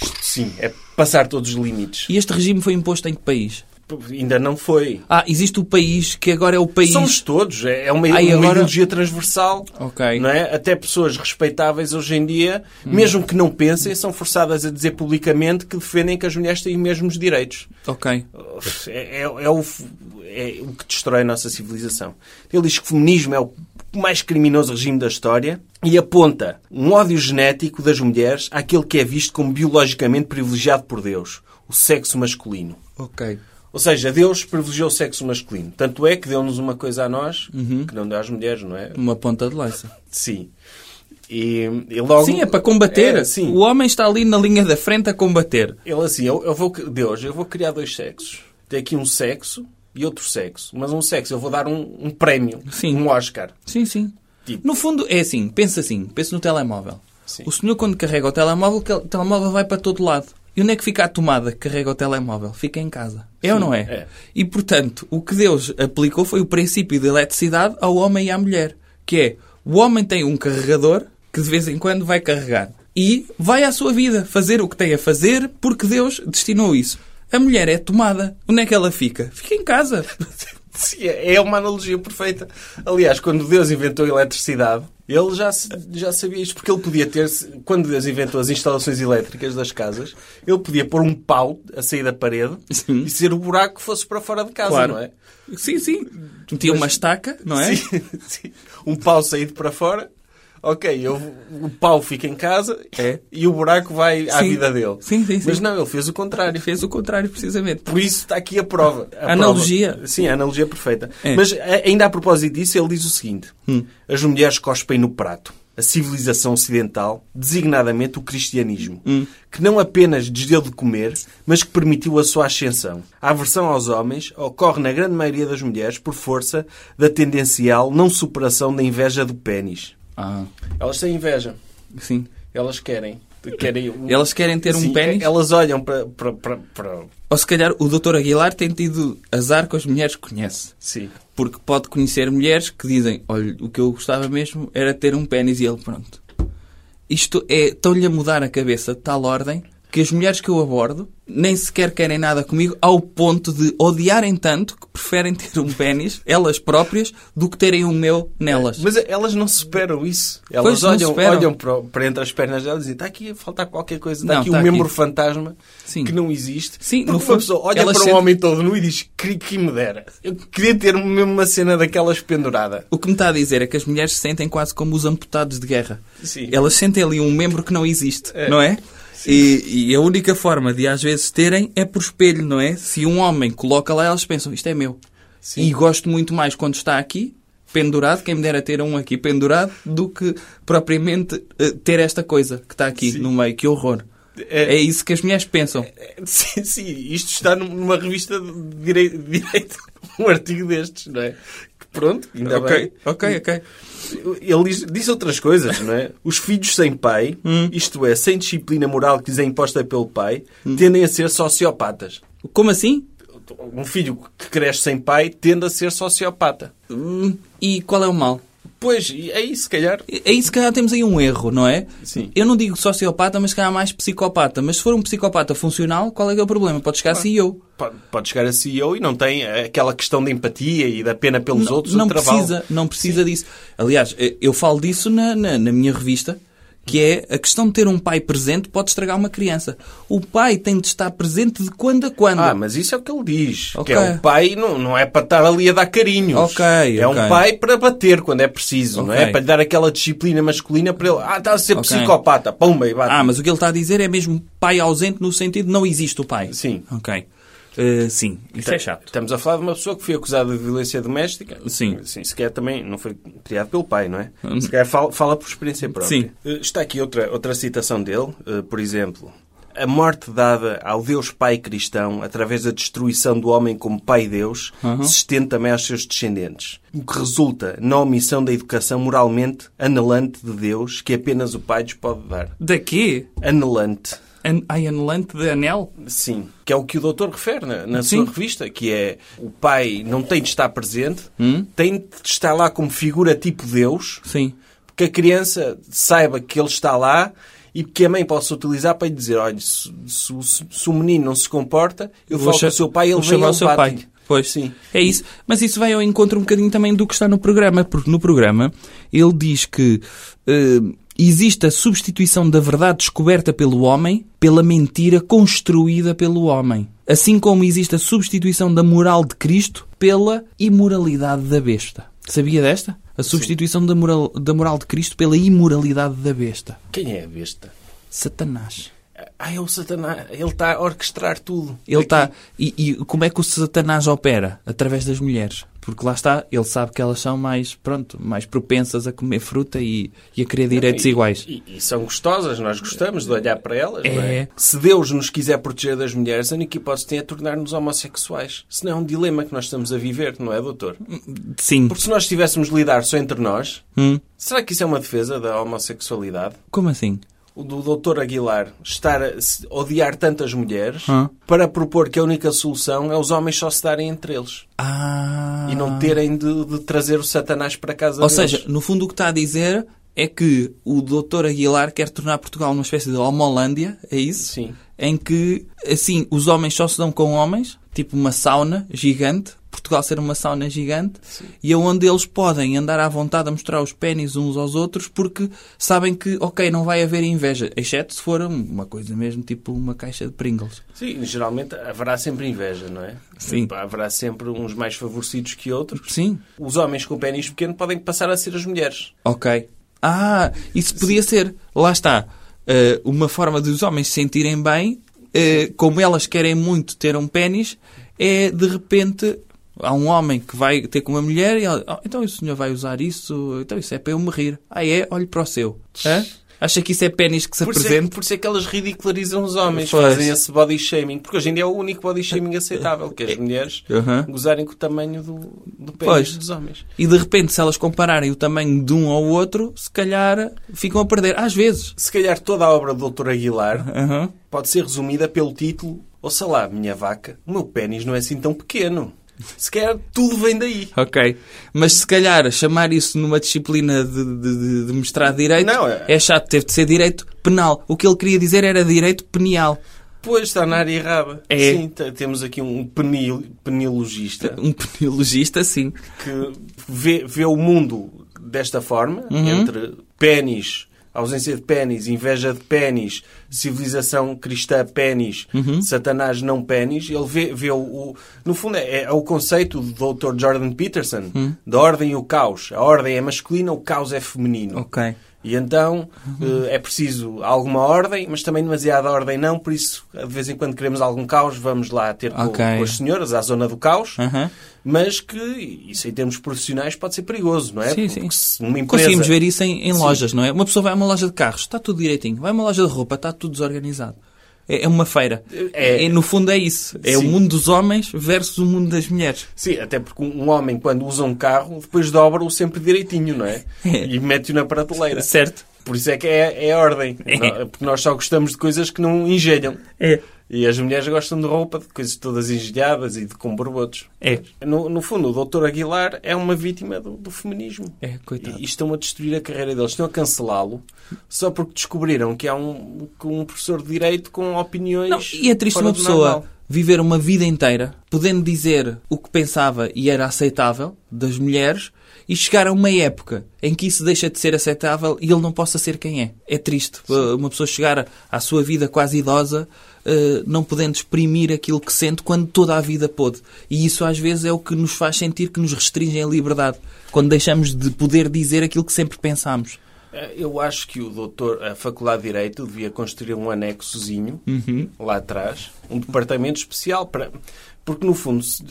Isto Sim, é passar todos os limites.
E este regime foi imposto em que país?
P- Ainda não foi.
Ah, existe o país que agora é o país.
Somos todos. É é uma,
Ai,
uma
agora-
ideologia transversal.
Ok.
Não é? Até pessoas respeitáveis hoje em dia, mesmo que não pensem, são forçadas a dizer publicamente que defendem que as mulheres têm os mesmos direitos.
Ok.
É, é- é o, f- é o que destrói a nossa civilização. Ele diz que o feminismo é o mais criminoso regime da história e aponta um ódio genético das mulheres àquele que é visto como biologicamente privilegiado por Deus, o sexo masculino.
Ok.
Ou seja, Deus privilegiou o sexo masculino. Tanto é que deu-nos uma coisa a nós
Uhum.
que não deu às mulheres, não é?
Uma ponta de lança.
Sim. E, e logo...
Sim, é para combater.
É, sim.
O homem está ali na linha da frente a combater.
Ele assim, eu, eu vou, Deus, eu vou criar dois sexos. Tem aqui um sexo e outro sexo. Mas um sexo, eu vou dar um, um prémio,
Sim.
um Oscar.
Sim, sim.
Tipo-
No fundo, é assim. Pensa assim. Pensa no telemóvel.
Sim.
O senhor, quando carrega o telemóvel, que- o telemóvel vai para todo lado. E onde é que fica a tomada que carrega o telemóvel? Fica em casa. É ou não é?
é.
E, portanto, o que Deus aplicou foi o princípio da eletricidade ao homem e à mulher. Que é, o homem tem um carregador que de vez em quando vai carregar. E vai à sua vida fazer o que tem a fazer porque Deus destinou isso. A mulher é tomada. Onde é que ela fica? Fica em casa.
Sim, é é uma analogia perfeita. Aliás, quando Deus inventou a eletricidade, ele já, se- já sabia isto, porque ele podia ter, quando Deus inventou as instalações elétricas das casas, ele podia pôr um pau a sair da parede
Sim.
e ser o buraco que fosse para fora de casa,
Claro.
não é?
Sim, sim. Metia uma estaca, não é?
Sim, sim. Um pau saído para fora. Ok, eu, o pau fica em casa
É.
e o buraco vai à
Sim.
vida dele.
Sim, sim, sim.
Mas não, ele fez o contrário.
Fez o contrário, precisamente.
Por isso está aqui a prova. A
Analogia.
prova. Sim, a analogia perfeita.
É. Hum.
Mas a- ainda a propósito disso, ele diz o seguinte: as mulheres cospem no prato. A civilização ocidental, designadamente o cristianismo,
Hum.
que não apenas lhes deu de comer, mas que permitiu a sua ascensão. A aversão aos homens ocorre na grande maioria das mulheres por força da tendencial não superação da inveja do pênis.
Ah,
Elas têm inveja.
sim.
Elas querem. querem um-
Elas querem ter um
Sim,
pênis?
Elas olham para- para- para- para...
Ou se calhar o Dr. Aguilar tem tido azar com as mulheres que conhece.
Sim.
Porque pode conhecer mulheres que dizem: Olha, o que eu gostava mesmo era ter um pênis e ele, pronto. Isto é, estão-lhe a mudar a cabeça de tal ordem que as mulheres que eu abordo nem sequer querem nada comigo, ao ponto de odiarem tanto que preferem ter um pênis, elas próprias, do que terem o meu nelas.
Mas elas não superam isso. Elas
Pois, não
olham,
superam.
olham para, para entre as pernas delas e dizem: está aqui a faltar qualquer coisa, está
Não,
aqui
tá
um
aqui.
membro fantasma
Sim.
que não existe.
Sim, no
Porque uma
fundo,
pessoa olha
elas
para um
sentem-
homem todo nu e diz: que, que me dera. Eu queria ter mesmo uma cena daquelas pendurada.
O que me está a dizer é que as mulheres se sentem quase como os amputados de guerra.
Sim.
Elas sentem ali um membro que não existe,
É.
não é? E, e a única forma de às vezes terem é por espelho, não é? Se um homem coloca lá, elas pensam, isto é meu.
Sim.
E gosto muito mais quando está aqui, pendurado, quem me dera ter um aqui pendurado, do que propriamente eh, ter esta coisa que está aqui
Sim.
no meio. Que horror.
É-
É, isso que as mulheres pensam.
Sim, sim, isto está numa revista de direi- de direito, um artigo destes, não é? Que Pronto, ainda bem.
ok, ok, ok.
Ele diz, diz outras coisas, não é? Os filhos sem pai,
Hum.
isto é, sem disciplina moral que lhes é imposta pelo pai,
Hum.
tendem a ser sociopatas.
Como assim?
Um filho que cresce sem pai tende a ser sociopata.
Hum, E qual é o mal?
Pois, é isso, se calhar.
Aí se calhar temos aí um erro, não é?
Sim.
Eu não digo sociopata, mas se calhar mais psicopata. Mas se for um psicopata funcional, qual é que é o problema? Pode chegar a CEO.
Pode, pode chegar a CEO e não tem aquela questão de empatia e da pena pelos outros.
não
o travalo.
precisa, não precisa disso. Aliás, eh, eu falo disso na, na, na minha revista, que é a questão de ter um pai presente pode estragar uma criança. O pai tem de estar presente de quando a quando.
Ah, mas isso é o que ele diz.
Ok.
Que é o pai, não, não é para estar ali a dar carinhos.
Ok,
É
ok.
um pai para bater quando é preciso, não é?
Ok.
Para lhe dar aquela disciplina masculina para ele. Ah, está a ser
Ok.
psicopata. Pumba e bate.
Ah, mas o que ele está a dizer é mesmo pai ausente no sentido de não existe o pai.
Sim.
Ok. Eh, sim, isso é chato.
Estamos a falar de uma pessoa que foi acusada de violência doméstica.
Sim. Hum.
Sim, se calhar também não foi criado pelo pai, não é? Se calhar fala, fala por experiência própria.
Sim.
Eh, Está aqui outra, outra citação dele, eh, por exemplo. A morte dada ao Deus Pai cristão, através da destruição do homem como Pai Deus, se estende também aos seus descendentes. O que resulta na omissão da educação moralmente anelante de Deus, que apenas o Pai lhes pode dar.
Daqui,
Anelante.
an ai, anelante de anel?
Sim, que é o que o doutor refere na, na
Sim.
sua revista, que é o pai não tem de estar presente,
Hum?
tem de estar lá como figura tipo Deus,
Sim.
que a criança saiba que ele está lá e que a mãe possa utilizar para lhe dizer, olha, se, se o- se o menino não se comporta, eu
Vou
falo com
cha-
o seu pai, ele
vou
vem e
chamar
ele
o seu
bate-lhe."
pai. Pois.
Sim.
É isso. Mas isso vai ao encontro um bocadinho também do que está no programa, porque no programa ele diz que eh, existe a substituição da verdade descoberta pelo homem pela mentira construída pelo homem. Assim como existe a substituição da moral de Cristo pela imoralidade da besta. Sabia desta? A substituição da moral, da moral de Cristo pela imoralidade da besta.
Quem é a besta?
Satanás.
Ah, é o Satanás. Ele está a orquestrar tudo.
Ele está. E, e como é que o Satanás opera? Através das mulheres. Porque lá está, ele sabe que elas são mais, pronto, mais propensas a comer fruta e, e a querer direitos
E-
iguais.
E, e são gostosas, nós gostamos de olhar para elas.
É.
Não é? Se Deus nos quiser proteger das mulheres, a única hipótese tem é tornar-nos homossexuais. Se não é um dilema que nós estamos a viver, não é, doutor?
Sim.
Porque se nós tivéssemos de lidar só entre nós,
Hum?
será que isso é uma defesa da homossexualidade?
Como assim?
O do doutor Aguilar estar a se- odiar tantas mulheres
Hã?
para propor que a única solução é os homens só se darem entre eles
Ah.
e não terem de, de trazer o Satanás para casa
Ou
deles.
seja, no fundo o que está a dizer é que o Dr. Aguilar quer tornar Portugal uma espécie de homolândia, é isso?
Sim.
Em que, assim, os homens só se dão com homens, tipo uma sauna gigante, Portugal ser uma sauna gigante, e é onde eles podem andar à vontade a mostrar os pênis uns aos outros porque sabem que, ok, não vai haver inveja, exceto se for uma coisa mesmo, tipo uma caixa de Pringles.
Sim, geralmente haverá sempre inveja, não é?
Sim.
Haverá sempre uns mais favorecidos que outros.
Sim,
Os homens com pênis pequeno podem passar a ser as mulheres.
Ok. Ah, isso podia ser. Lá está. Eh, uma forma dos homens se sentirem bem, eh, como elas querem muito ter um pénis, é de repente. Há um homem que vai ter com uma mulher e ela, "Ah, então o senhor vai usar isso, então isso é para eu me rir. Ah, é? Olhe para o seu. Hã? Acha que isso é pénis que se
Por isso, é,
apresenta?
por isso é que elas ridicularizam os homens,
Pois.
fazem esse body shaming. Porque hoje em dia é o único body shaming aceitável, que as mulheres
Uhum.
gozarem com o tamanho do, do pênis
Pois.
dos homens.
E de repente, se elas compararem o tamanho de um ao outro, se calhar ficam a perder. Às vezes.
Se calhar toda a obra do Dr. Aguilar
Aham.
pode ser resumida pelo título Ouça lá, minha vaca, o meu pênis não é assim tão pequeno. Se calhar tudo vem daí.
Ok. Mas se calhar chamar isso numa disciplina de, de- de- de mostrar direito
Não, é-
é chato, teve de ser direito penal. O que ele queria dizer era direito penial.
Pois, está na área errada.
É.
Sim, t- temos aqui um penil, penilogista
Um peniologista, sim.
que vê, vê o mundo desta forma,
Uhum.
entre pênis, ausência de pênis, inveja de pênis, civilização cristã pênis,
Uhum.
satanás não pênis. Ele vê, vê o, o- No fundo, é, é o conceito do Dr. Jordan Peterson,
Uhum.
da ordem e o caos. A ordem é masculina, o caos é feminino.
Ok.
E então eh, é preciso alguma ordem, mas também demasiada ordem não, por isso de vez em quando queremos algum caos, vamos lá ter com,
Ok.
com as senhoras à zona do caos,
Aham.
mas que isso em termos profissionais pode ser perigoso, não é?
Sim,
Porque
sim.
se numa empresa...
Conseguimos ver isso em, em lojas, não é? Uma pessoa vai a uma loja de carros, está tudo direitinho. Vai a uma loja de roupa, está tudo desorganizado. É é uma feira.
É.
no fundo é isso. É o
Sim.
mundo dos homens versus o mundo das mulheres.
Sim, até porque um um homem quando usa um carro, depois dobra-o sempre direitinho, não é?
É.
E mete-o na prateleira.
Certo?
Por isso é que é, é ordem.
É.
Não- Porque nós só gostamos de coisas que não engelham.
É.
E as mulheres gostam de roupa, de coisas todas engelhadas e de com borbotos.
É.
No, no fundo, o doutor Aguilar é uma vítima do, do feminismo.
É, coitado.
E, e estão a destruir a carreira dele, estão a cancelá-lo só porque descobriram que há um, que um professor de direito com opiniões.
Não, e é triste
fora
uma
do
pessoa
normal.
viver uma vida inteira podendo dizer o que pensava e era aceitável das mulheres e chegar a uma época em que isso deixa de ser aceitável e ele não possa ser quem é. É triste uh, uma pessoa chegar à sua vida quase idosa uh, não podendo exprimir aquilo que sente quando toda a vida pôde. E isso às vezes é o que nos faz sentir que nos restringem a liberdade, quando deixamos de poder dizer aquilo que sempre pensámos.
Eh, Eu acho que o doutor, a Faculdade de Direito devia construir um anexozinho
Uhum.
lá atrás, um departamento especial para. Porque no fundo se-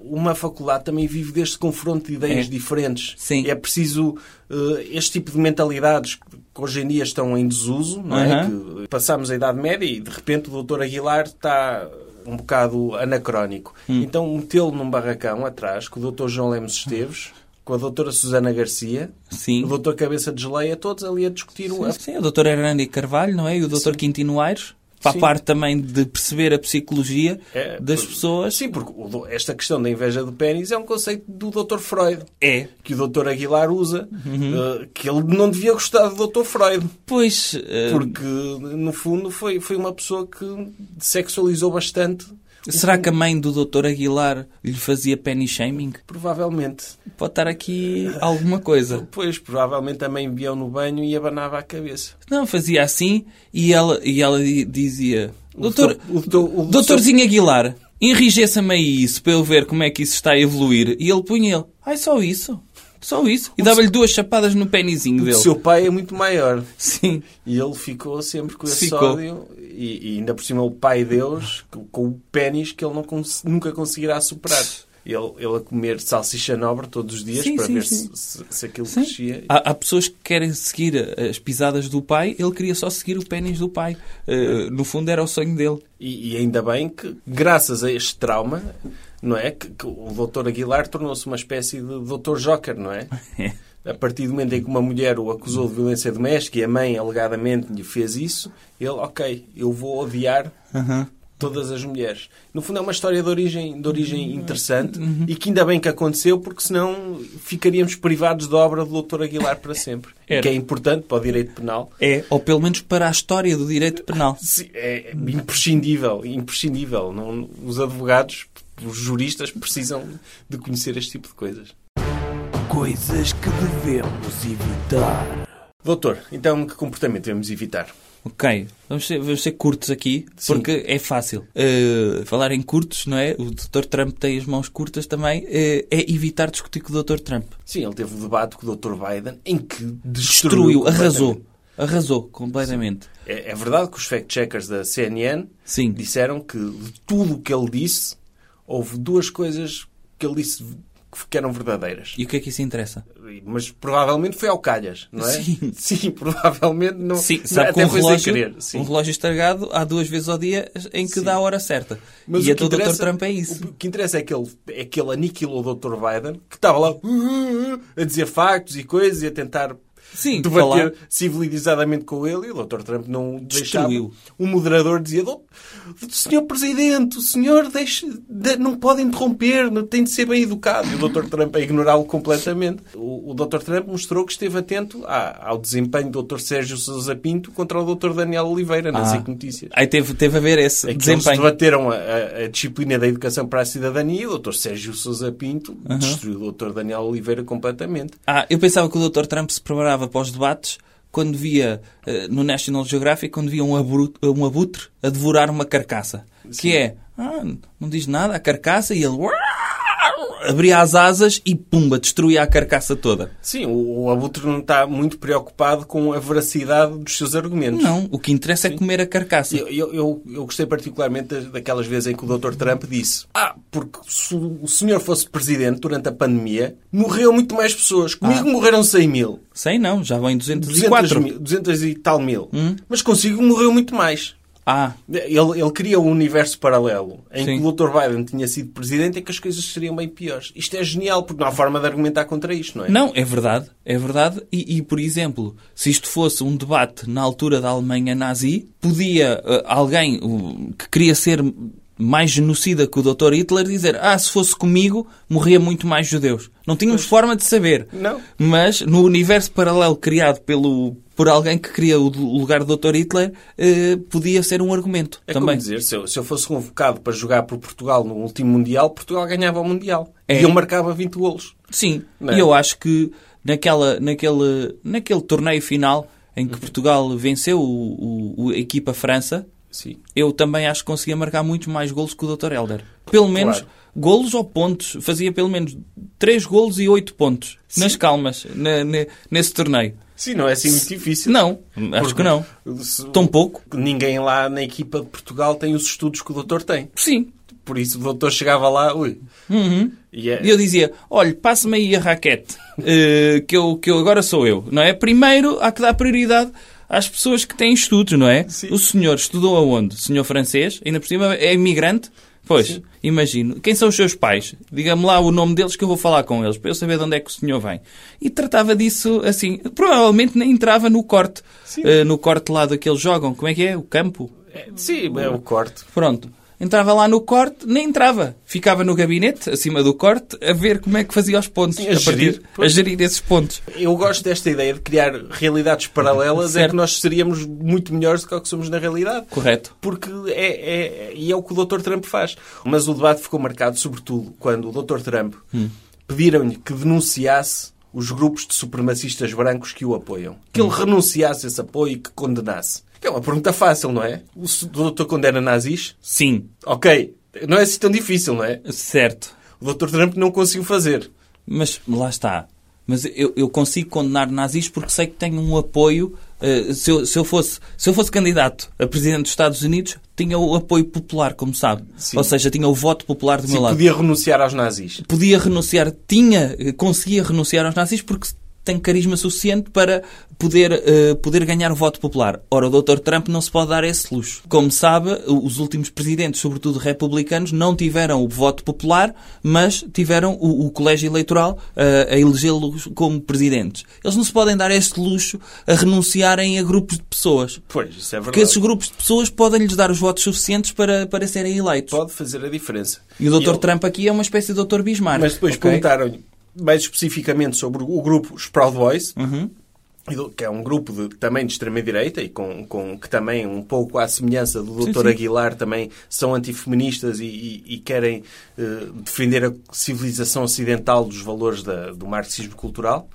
uma faculdade também vive deste confronto de ideias
É.
diferentes.
Sim.
É preciso eh, este tipo de mentalidades que hoje em dia estão em desuso, não é? Que passámos a Idade Média e de repente o doutor Aguilar está um bocado anacrónico.
Hum.
Então metê-lo num barracão atrás, com o doutor João Lemos Esteves, com a doutora Susana Garcia,
Sim.
o doutor Cabeça de Geleia, todos ali a discutir o
Sim, sim, o Dr. Hernani Carvalho, não é? E o Dr. Quintino Aires, para
Sim.
a parte também de perceber a psicologia
É,
das
por-
pessoas.
Sim, porque o do- esta questão da inveja do pênis é um conceito do Dr. Freud,
É.
que o Dr. Aguilar usa, eh, que ele não devia gostar do Dr. Freud,
Pois, eh,
porque, no fundo, foi, foi uma pessoa que sexualizou bastante,
será que a mãe do Dr. Aguilar lhe fazia penny shaming?
provavelmente.
Pode estar aqui alguma coisa.
Pois, provavelmente também viam no banho e abanava a cabeça.
Não, fazia assim e ela, e ela di- dizia... Doutor,
doutor- o doutor- o
doutorzinho Aguilar, enrijeça-me aí isso para eu ver como é que isso está a evoluir. E ele punha ele, ai, só isso? Só isso? E dava-lhe duas chapadas no penizinho
O
dele.
seu pai é muito maior.
Sim.
E ele ficou sempre com esse
Ficou.
sódio e, e ainda por cima o pai Deus com, com o pênis que ele não cons- nunca conseguirá superar. Ele, ele a comer salsicha nobre todos os dias
Sim,
para
sim,
ver
sim.
se, se- se aquilo
Sim.
crescia.
Há, há pessoas que querem seguir as pisadas do pai, ele queria só seguir o pênis do pai. Eh, no fundo, era o sonho dele.
E, e ainda bem que, graças a este trauma, não é? Que, que o doutor Aguilar tornou-se uma espécie de doutor Joker, não é? A partir do momento em que uma mulher o acusou de violência doméstica e a mãe alegadamente lhe fez isso, ele, ok, eu vou odiar todas as mulheres. No fundo é uma história de origem, de origem interessante e que ainda bem que aconteceu porque senão ficaríamos privados da obra do Dr. Aguilar para sempre. E
Era.
Que é importante para o direito penal.
É, ou pelo menos para a história do direito penal.
Sim, É imprescindível, imprescindível. Não, os advogados, os juristas precisam de conhecer este tipo de coisas.
Coisas que devemos evitar.
Doutor, então que comportamento devemos evitar?
Ok, vamos ser, vamos ser curtos aqui,
Sim.
porque é fácil. Eh, falar em curtos, não é? O Dr. Trump tem as mãos curtas também. eh, é evitar discutir com o Dr. Trump.
Sim, ele teve um debate com o Dr. Biden em que destruiu,
Destruiu, arrasou.
completamente.
Arrasou completamente.
É, é verdade que os fact-checkers da CNN
Sim.
disseram que de tudo o que ele disse, houve duas coisas que ele disse que- que eram verdadeiras.
E o que é que isso interessa?
Mas provavelmente foi ao calhas, não é?
Sim.
Sim, provavelmente não.
Sim,
não,
sabe que
até
um
foi sem
relógio,
querer. Sim.
um relógio estragado há duas vezes ao dia em que dá a hora certa.
Mas
e
o
a
que
do Dr.
interessa-
Trump é isso.
O que interessa é que ele, é que ele aniquilou o Dr. Biden, que estava lá uh, uh, uh, a dizer factos e coisas e a tentar
Sim,
debater
falar.
civilizadamente com ele. E o Dr. Trump não o deixava.
Destruiu.
O moderador dizia: "Dou- Senhor Presidente, o senhor deixe, de- não pode interromper, não tem de ser bem educado. E o Dr. Trump a ignorá-lo completamente. O, o Dr. Trump mostrou que esteve atento à- ao desempenho do Dr. Sérgio Sousa Pinto contra o Dr. Daniel Oliveira na
Ah.
SIC Notícias.
Aí teve, teve a ver esse
É que eles
desempenho.
debateram a, a- a disciplina da educação para a cidadania e o Dr. Sérgio Sousa Pinto destruiu o Dr. Daniel Oliveira completamente.
Ah, eu pensava que o Dr. Trump se preparava para os debates quando via eh, no National Geographic, quando via um, abru- um abutre a devorar uma carcaça. Que é, ah, não diz nada, a carcaça, e ele "Uau!" abria as asas e pumba, destruía a carcaça toda.
Sim, o, o Abutre não está muito preocupado com a veracidade dos seus argumentos.
Não, o que interessa é comer a carcaça.
Eu, eu, eu- eu gostei particularmente das- daquelas vezes em que o Dr. Trump disse: Ah, porque se o senhor fosse presidente durante a pandemia, morreu muito mais pessoas.
Ah.
Comigo morreram 100 mil.
Sei não, já vão em
200,
204. Hum.
mil, 200 e tal mil. Mas consigo morreu muito mais.
Ah,
Ele, ele cria um universo paralelo em
Sim.
que o Dr. Biden tinha sido presidente e que as coisas seriam bem piores. Isto é genial, porque não há forma de argumentar contra isto, não é?
não, é verdade, é verdade. E, e, por exemplo, se isto fosse um debate na altura da Alemanha nazi, podia eh, alguém o- que queria ser mais genocida que o Dr. Hitler dizer: Ah, se fosse comigo, morria muito mais judeus. Não tínhamos forma de saber.
Não.
Mas no universo paralelo criado pelo, por alguém que queria o o lugar do Dr. Hitler, eh, podia ser um argumento
É
também.
como dizer, se eu, se eu fosse convocado para jogar por Portugal no último Mundial, Portugal ganhava o Mundial.
É.
E eu marcava 20 golos.
Sim,
Não é?
e eu acho que naquela, naquele, naquele torneio final em
Uhum.
que Portugal venceu o, o- o- a equipa França,
Sim.
eu também acho que conseguia marcar muito mais golos que o Dr. Helder. Pelo menos
Claro.
golos ou pontos. Fazia pelo menos 3 golos e 8 pontos nas calmas, na- na- nesse torneio.
Sim, não é assim muito difícil.
Não, acho que não.
Se-
Tão pouco?
Ninguém lá na equipa de Portugal tem os estudos que o doutor tem.
Sim.
Por isso o doutor chegava lá, ui. E é-
Uhum. E eu dizia, olha, passe-me aí a raquete, eh, que, eu, que eu agora sou eu, não é? Primeiro há que dar prioridade às pessoas que têm estudos, não é?
Sim.
O senhor estudou aonde? O senhor francês? Ainda por cima é imigrante? Pois, imagino. Quem são os seus pais? Diga-me lá o nome deles que eu vou falar com eles, para eu saber de onde é que o senhor vem. E tratava disso assim. Provavelmente nem entrava no corte. eh, no corte lá daqueles jogam. Como é que é? O campo?
é- sim, é o corte.
Pronto. Entrava lá no corte, nem entrava. Ficava no gabinete, acima do corte, a ver como é que fazia os pontos.
Sim, a gerir.
a gerir esses pontos.
Eu gosto desta ideia de criar realidades paralelas em
Certo.
que nós seríamos muito melhores do que o que somos na realidade.
Correto.
Porque é, é- e é o que o Dr. Trump faz. Mas o debate ficou marcado, sobretudo, quando o Dr. Trump
Hum.
pediram-lhe que denunciasse os grupos de supremacistas brancos que o apoiam. Que
Hum.
ele renunciasse a esse apoio e que condenasse. Que é uma pergunta fácil, não é? O s- o Dr. condena nazis?
Sim,
Ok. Não é assim tão difícil, não é?
certo.
O Dr. Trump não conseguiu fazer.
Mas lá está. Mas eu, eu consigo condenar nazis porque sei que tenho um apoio. eh, se, eu, se, eu fosse, se eu fosse candidato a presidente dos Estados Unidos, tinha o apoio popular, como sabe.
Sim.
Ou seja, tinha o voto popular do
Se
meu lado.
podia renunciar aos nazis.
podia renunciar, tinha, eh, conseguia renunciar aos nazis porque tem carisma suficiente para poder, eh, poder ganhar o voto popular. Ora, o Dr. Trump não se pode dar esse luxo. Como sabe, o- os últimos presidentes, sobretudo republicanos, não tiveram o voto popular, mas tiveram o, o colégio eleitoral eh, a elegê-los como presidentes. Eles não se podem dar esse luxo a renunciarem a grupos de pessoas.
Pois, isso é verdade.
Porque esses grupos de pessoas podem-lhes dar os votos suficientes para, para serem eleitos.
Pode fazer a diferença.
E o Dr.
ele-
Trump aqui é uma espécie de Dr. Bismarck.
Mas depois
ok?
perguntaram-lhe mais especificamente sobre o grupo os Proud Boys,
Uhum.
e do- que é um grupo de- também de extrema-direita e com, com- que também, um pouco à semelhança do Dr.
sim.
Aguilar, também são antifeministas e, e- e querem eh, defender a civilização ocidental dos valores da- do marxismo cultural,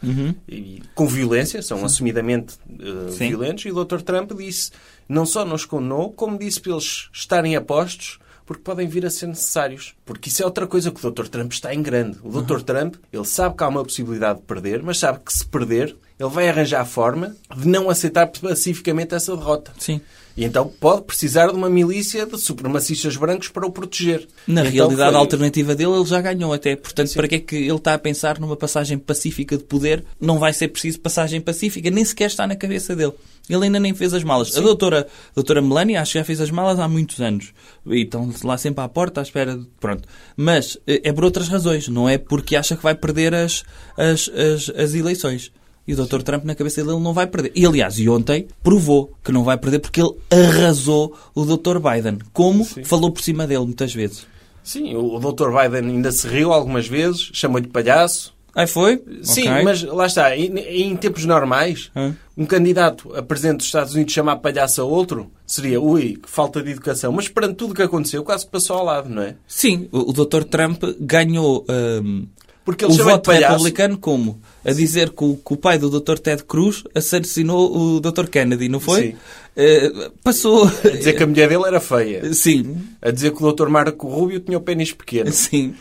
e, com violência, são assumidamente eh,
Uhum. Sim.
violentos, e o Dr. Trump disse, não só nos condenou, como disse para eles estarem apostos, porque podem vir a ser necessários. Porque isso é outra coisa que o Dr. Trump está em grande. O
Uhum.
Dr. Trump, ele sabe que há uma possibilidade de perder, mas sabe que se perder, ele vai arranjar a forma de não aceitar pacificamente essa derrota.
Sim.
E então pode precisar de uma milícia de supremacistas brancos para o proteger.
Na
Então
realidade
foi-
alternativa dele, ele já ganhou até. Portanto, para que é que ele está a pensar numa passagem pacífica de poder? Não vai ser preciso passagem pacífica, nem sequer está na cabeça dele. Ele ainda nem fez as malas. A doutora, a doutora Melania acho que já fez as malas há muitos anos. E estão lá sempre à porta, à espera. de- Pronto. Mas eh, é por outras razões. Não é porque acha que vai perder as, as, as, as eleições. E o Dr. Trump, na cabeça dele, não vai perder. E, aliás, e ontem provou que não vai perder porque ele arrasou o Dr. Biden. Como falou por cima dele muitas vezes.
Sim, o o Dr. Biden ainda se riu algumas vezes, chamou-lhe palhaço.
Aí foi?
Sim,
Ok.
mas lá está, em, em tempos normais,
Hã?
um candidato a presidente dos Estados Unidos chamar palhaço a outro seria, ui, que falta de educação. Mas perante tudo o que aconteceu, quase que passou ao lado, não é?
Sim, o o Dr. Trump ganhou hum,
Porque ele
o
chama-lhe
voto
palhaço.
republicano como? A dizer que o, que o pai do Dr. Ted Cruz assassinou o Dr. Kennedy, não foi?
Sim.
Eh, passou.
A dizer que a mulher dele era feia.
Sim,
A dizer que o Dr. Marco Rubio tinha o pênis pequeno.
sim.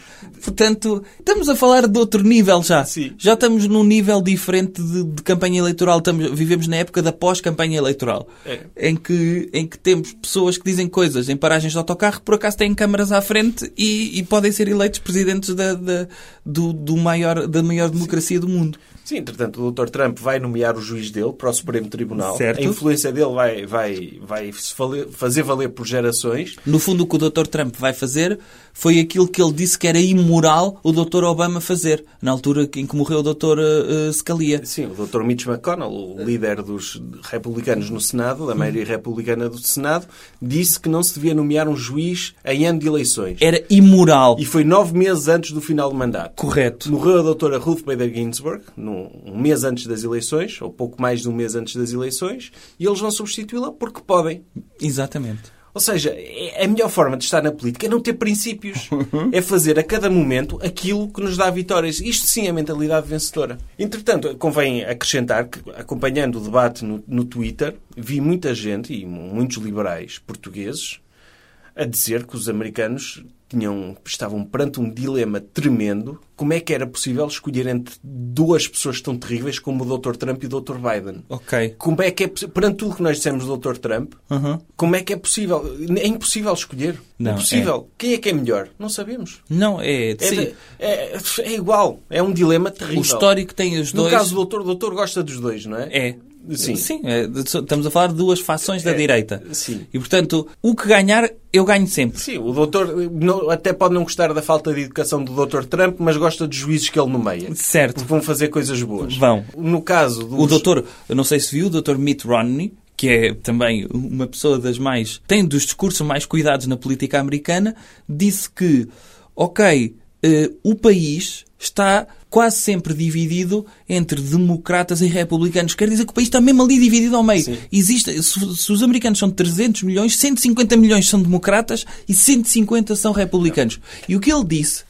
Portanto, estamos a falar de outro nível já.
Sim.
Já estamos num nível diferente de, de campanha eleitoral. Estamos, vivemos na época da pós-campanha eleitoral.
É.
Em, que, em que temos pessoas que dizem coisas em paragens de autocarro que por acaso têm câmaras à frente e, e podem ser eleitos presidentes da, da- do, do maior, da maior democracia do mundo.
Sim, entretanto, o Dr. Trump vai nomear o juiz dele para o Supremo Tribunal.
Certo.
A influência dele vai, vai, vai se valer- fazer valer por gerações.
No fundo, o que o Dr. Trump vai fazer foi aquilo que ele disse que era imoral o Dr. Obama fazer, na altura em que morreu o Dr. eh, eh, Scalia.
Sim, o Dr. Mitch McConnell, o líder dos republicanos no Senado, da maioria republicana do Senado, disse que não se devia nomear um juiz em ano de eleições.
Era imoral.
E foi nove meses antes do final do mandato.
Correto.
Morreu a doutora Ruth Bader Ginsburg, num, um mês antes das eleições, ou pouco mais de um mês antes das eleições, e eles vão substituí-la porque podem.
Exatamente.
Ou seja, é- a melhor forma de estar na política é não ter princípios. É fazer a cada momento aquilo que nos dá vitórias. Isto sim é mentalidade vencedora. Entretanto, convém acrescentar que, acompanhando o debate no, no Twitter, vi muita gente, e muitos liberais portugueses, a dizer que os americanos tinham, estavam perante um dilema tremendo. Como é que era possível escolher entre duas pessoas tão terríveis como o Dr. Trump e o Dr. Biden?
Ok.
Como é que é possi- perante tudo que nós dissemos do Dr. Trump,
Uhum.
como é que é possível? É impossível escolher.
Não,
impossível. Quem é que é melhor? Não sabemos.
Não, é...
É,
sim.
é- é igual. É um dilema terrível.
O histórico tem os
No
dois...
caso do doutor, o doutor gosta dos dois, não é?
É.
Sim.
é, de- so- estamos a falar de duas fações da
É,
direita.
sim.
E, portanto, o que ganhar, eu ganho sempre.
Sim, o doutor não- até pode não gostar da falta de educação do doutor Trump, mas gosta dos juízes que ele nomeia.
Certo.
Porque vão fazer coisas boas.
Vão.
No caso do...
O doutor, eu não sei se viu, o doutor Mitt Romney, que é também uma pessoa das mais... tem dos discursos mais cuidados na política americana, disse que, ok, eh, o país está quase sempre dividido entre democratas e republicanos. Quer dizer que o país está mesmo ali dividido ao meio. Existe, se, se os americanos são 300 milhões, 150 milhões são democratas e 150 são republicanos. E o que ele disse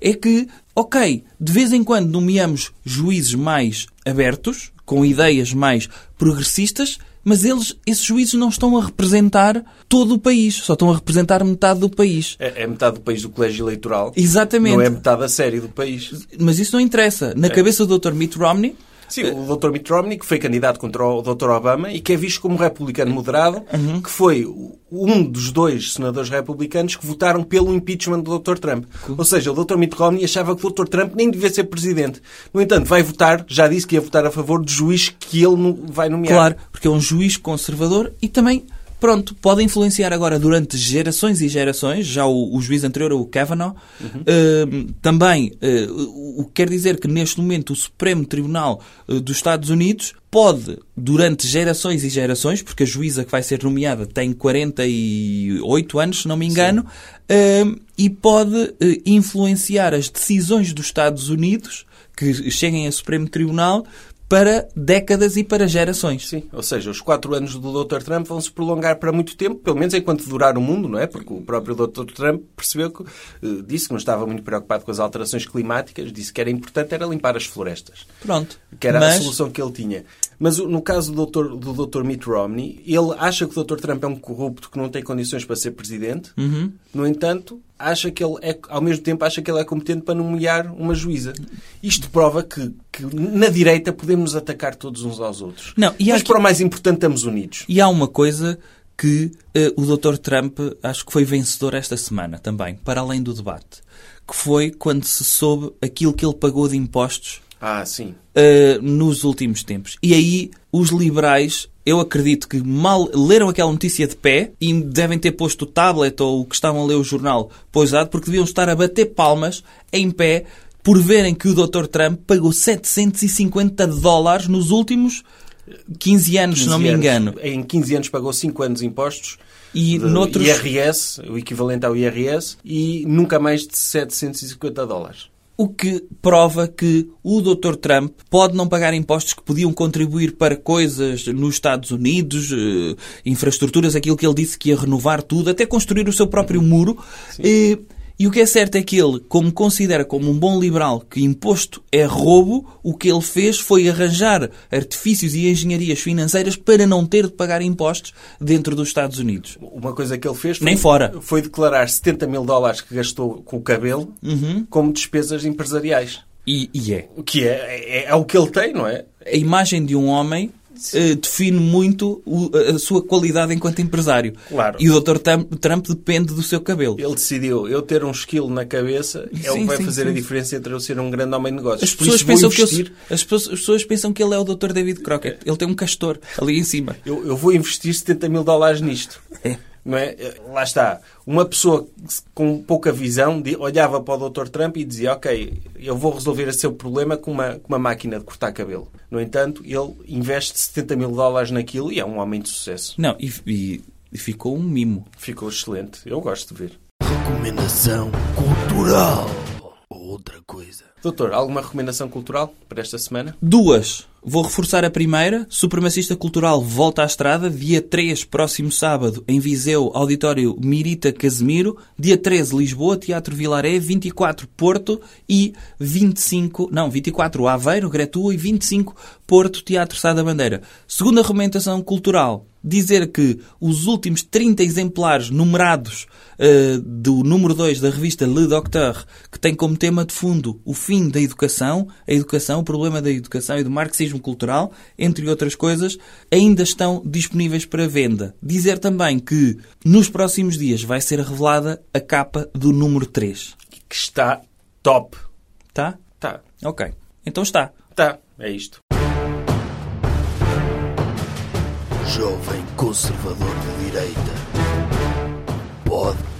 é que, ok, de vez em quando nomeamos juízes mais abertos, com ideias mais progressistas, mas eles, esses juízes não estão a representar todo o país, só estão a representar metade do país.
É, é metade do país do colégio eleitoral.
Exatamente.
Não é metade a série do país.
Mas isso não interessa. Na cabeça do Dr. Mitt Romney,
Sim, o Dr. Mitt Romney, que foi candidato contra o Dr. Obama e que é visto como republicano moderado, que foi o- um dos dois senadores republicanos que votaram pelo impeachment do Dr. Trump. Ou seja, o Dr. Mitt Romney achava que o Dr. Trump nem devia ser presidente. No entanto, vai votar, já disse que ia votar a favor do juiz que ele no- vai nomear.
claro, porque é um juiz conservador e também, pronto, pode influenciar agora durante gerações e gerações, já o, o juiz anterior, o Kavanaugh, eh, também, eh, o o que quer dizer que neste momento o Supremo Tribunal eh, dos Estados Unidos pode, durante gerações e gerações, porque a juíza que vai ser nomeada tem 48 anos, se não me engano, eh, e pode eh, influenciar as decisões dos Estados Unidos que cheguem ao Supremo Tribunal para décadas e para gerações.
Sim, ou seja, os quatro anos do Dr. Trump vão se prolongar para muito tempo, pelo menos enquanto durar o mundo, não é? Porque o próprio Dr. Trump percebeu que eh, disse que não estava muito preocupado com as alterações climáticas, disse que era importante era limpar as florestas.
Pronto.
que era a
Mas-
solução que ele tinha. Mas o- no caso do Dr. do Dr. Mitt Romney, ele acha que o Dr. Trump é um corrupto que não tem condições para ser presidente.
Uhum.
No entanto, acha que ele é, ao mesmo tempo acha que ele é competente para nomear uma juíza. Isto prova que, que na direita podemos atacar todos uns aos outros.
Não, e há
Mas
aqui-
para o mais importante estamos unidos.
E há uma coisa que eh, o Dr. Trump acho que foi vencedor esta semana também, para além do debate, que foi quando se soube aquilo que ele pagou de impostos
Ah, sim.
eh, nos últimos tempos. E aí os liberais, eu acredito que mal leram aquela notícia de pé e devem ter posto o tablet ou o que estavam a ler o jornal pousado, porque deviam estar a bater palmas em pé por verem que o Dr. Trump pagou 750 dólares nos últimos 15 anos, se não me
15
engano.
anos- em 15 anos pagou 5 anos de impostos.
E
de
noutros-
IRS, o equivalente ao IRS, e nunca mais de 750 dólares.
O que prova que o Dr. Trump pode não pagar impostos que podiam contribuir para coisas nos Estados Unidos, eh, infraestruturas, aquilo que ele disse que ia renovar tudo, até construir o seu próprio muro. Eh, E, o que é certo é que ele, como considera como um bom liberal que imposto é roubo, o que ele fez foi arranjar artifícios e engenharias financeiras para não ter de pagar impostos dentro dos Estados Unidos.
Uma coisa que ele fez foi,
Nem fora.
foi declarar 70 mil dólares que gastou com o cabelo
Uhum.
como despesas empresariais.
E, e é.
O que é, é, é o que ele tem, não é?
A imagem de um homem eh, define muito o- a- a sua qualidade enquanto empresário.
Claro.
E o Dr. Trump, Trump depende do seu cabelo.
Ele decidiu, eu ter um esquilo na cabeça é o que
Sim,
vai
sim,
fazer a
sim.
diferença entre eu ser um grande homem de negócios.
As
Por
pessoas,
isso vou
pensam que eu-
investir-
as, pessoas, as pessoas pensam que ele é o Dr. David Crockett. Ele tem um castor ali em cima.
eu, eu vou investir 70 mil dólares nisto.
É.
Não é? Lá está. Uma pessoa com pouca visão de- olhava para o Dr. Trump e dizia: Ok, eu vou resolver esse seu problema com uma, com uma máquina de cortar cabelo. No entanto, ele investe 70 mil dólares naquilo e é um homem de sucesso.
Não, e, e- e ficou um mimo.
Ficou excelente. Eu gosto de ver.
Recomendação cultural. Outra coisa.
Doutor, alguma recomendação cultural para esta semana?
Duas. Vou reforçar a primeira. Supremacista Cultural volta à estrada. Dia 3, próximo sábado, em Viseu, Auditório Mirita Casemiro. Dia 13, Lisboa, Teatro Vilaré. 24, Porto. E 25, não, 24, Aveiro, Gretua. E 25, Porto, Teatro Sá da Bandeira. Segunda recomendação cultural. Dizer que os últimos 30 exemplares numerados eh, do número 2 da revista Le Docteur, que tem como tema de fundo o fim da educação, a educação, o problema da educação e do marxismo cultural, entre outras coisas, ainda estão disponíveis para venda. Dizer também que nos próximos dias vai ser revelada a capa do número 3.
Que está top.
Tá?
Tá,
Ok. Então está.
tá, é isto.
Jovem Conservador de Direita. Podcast.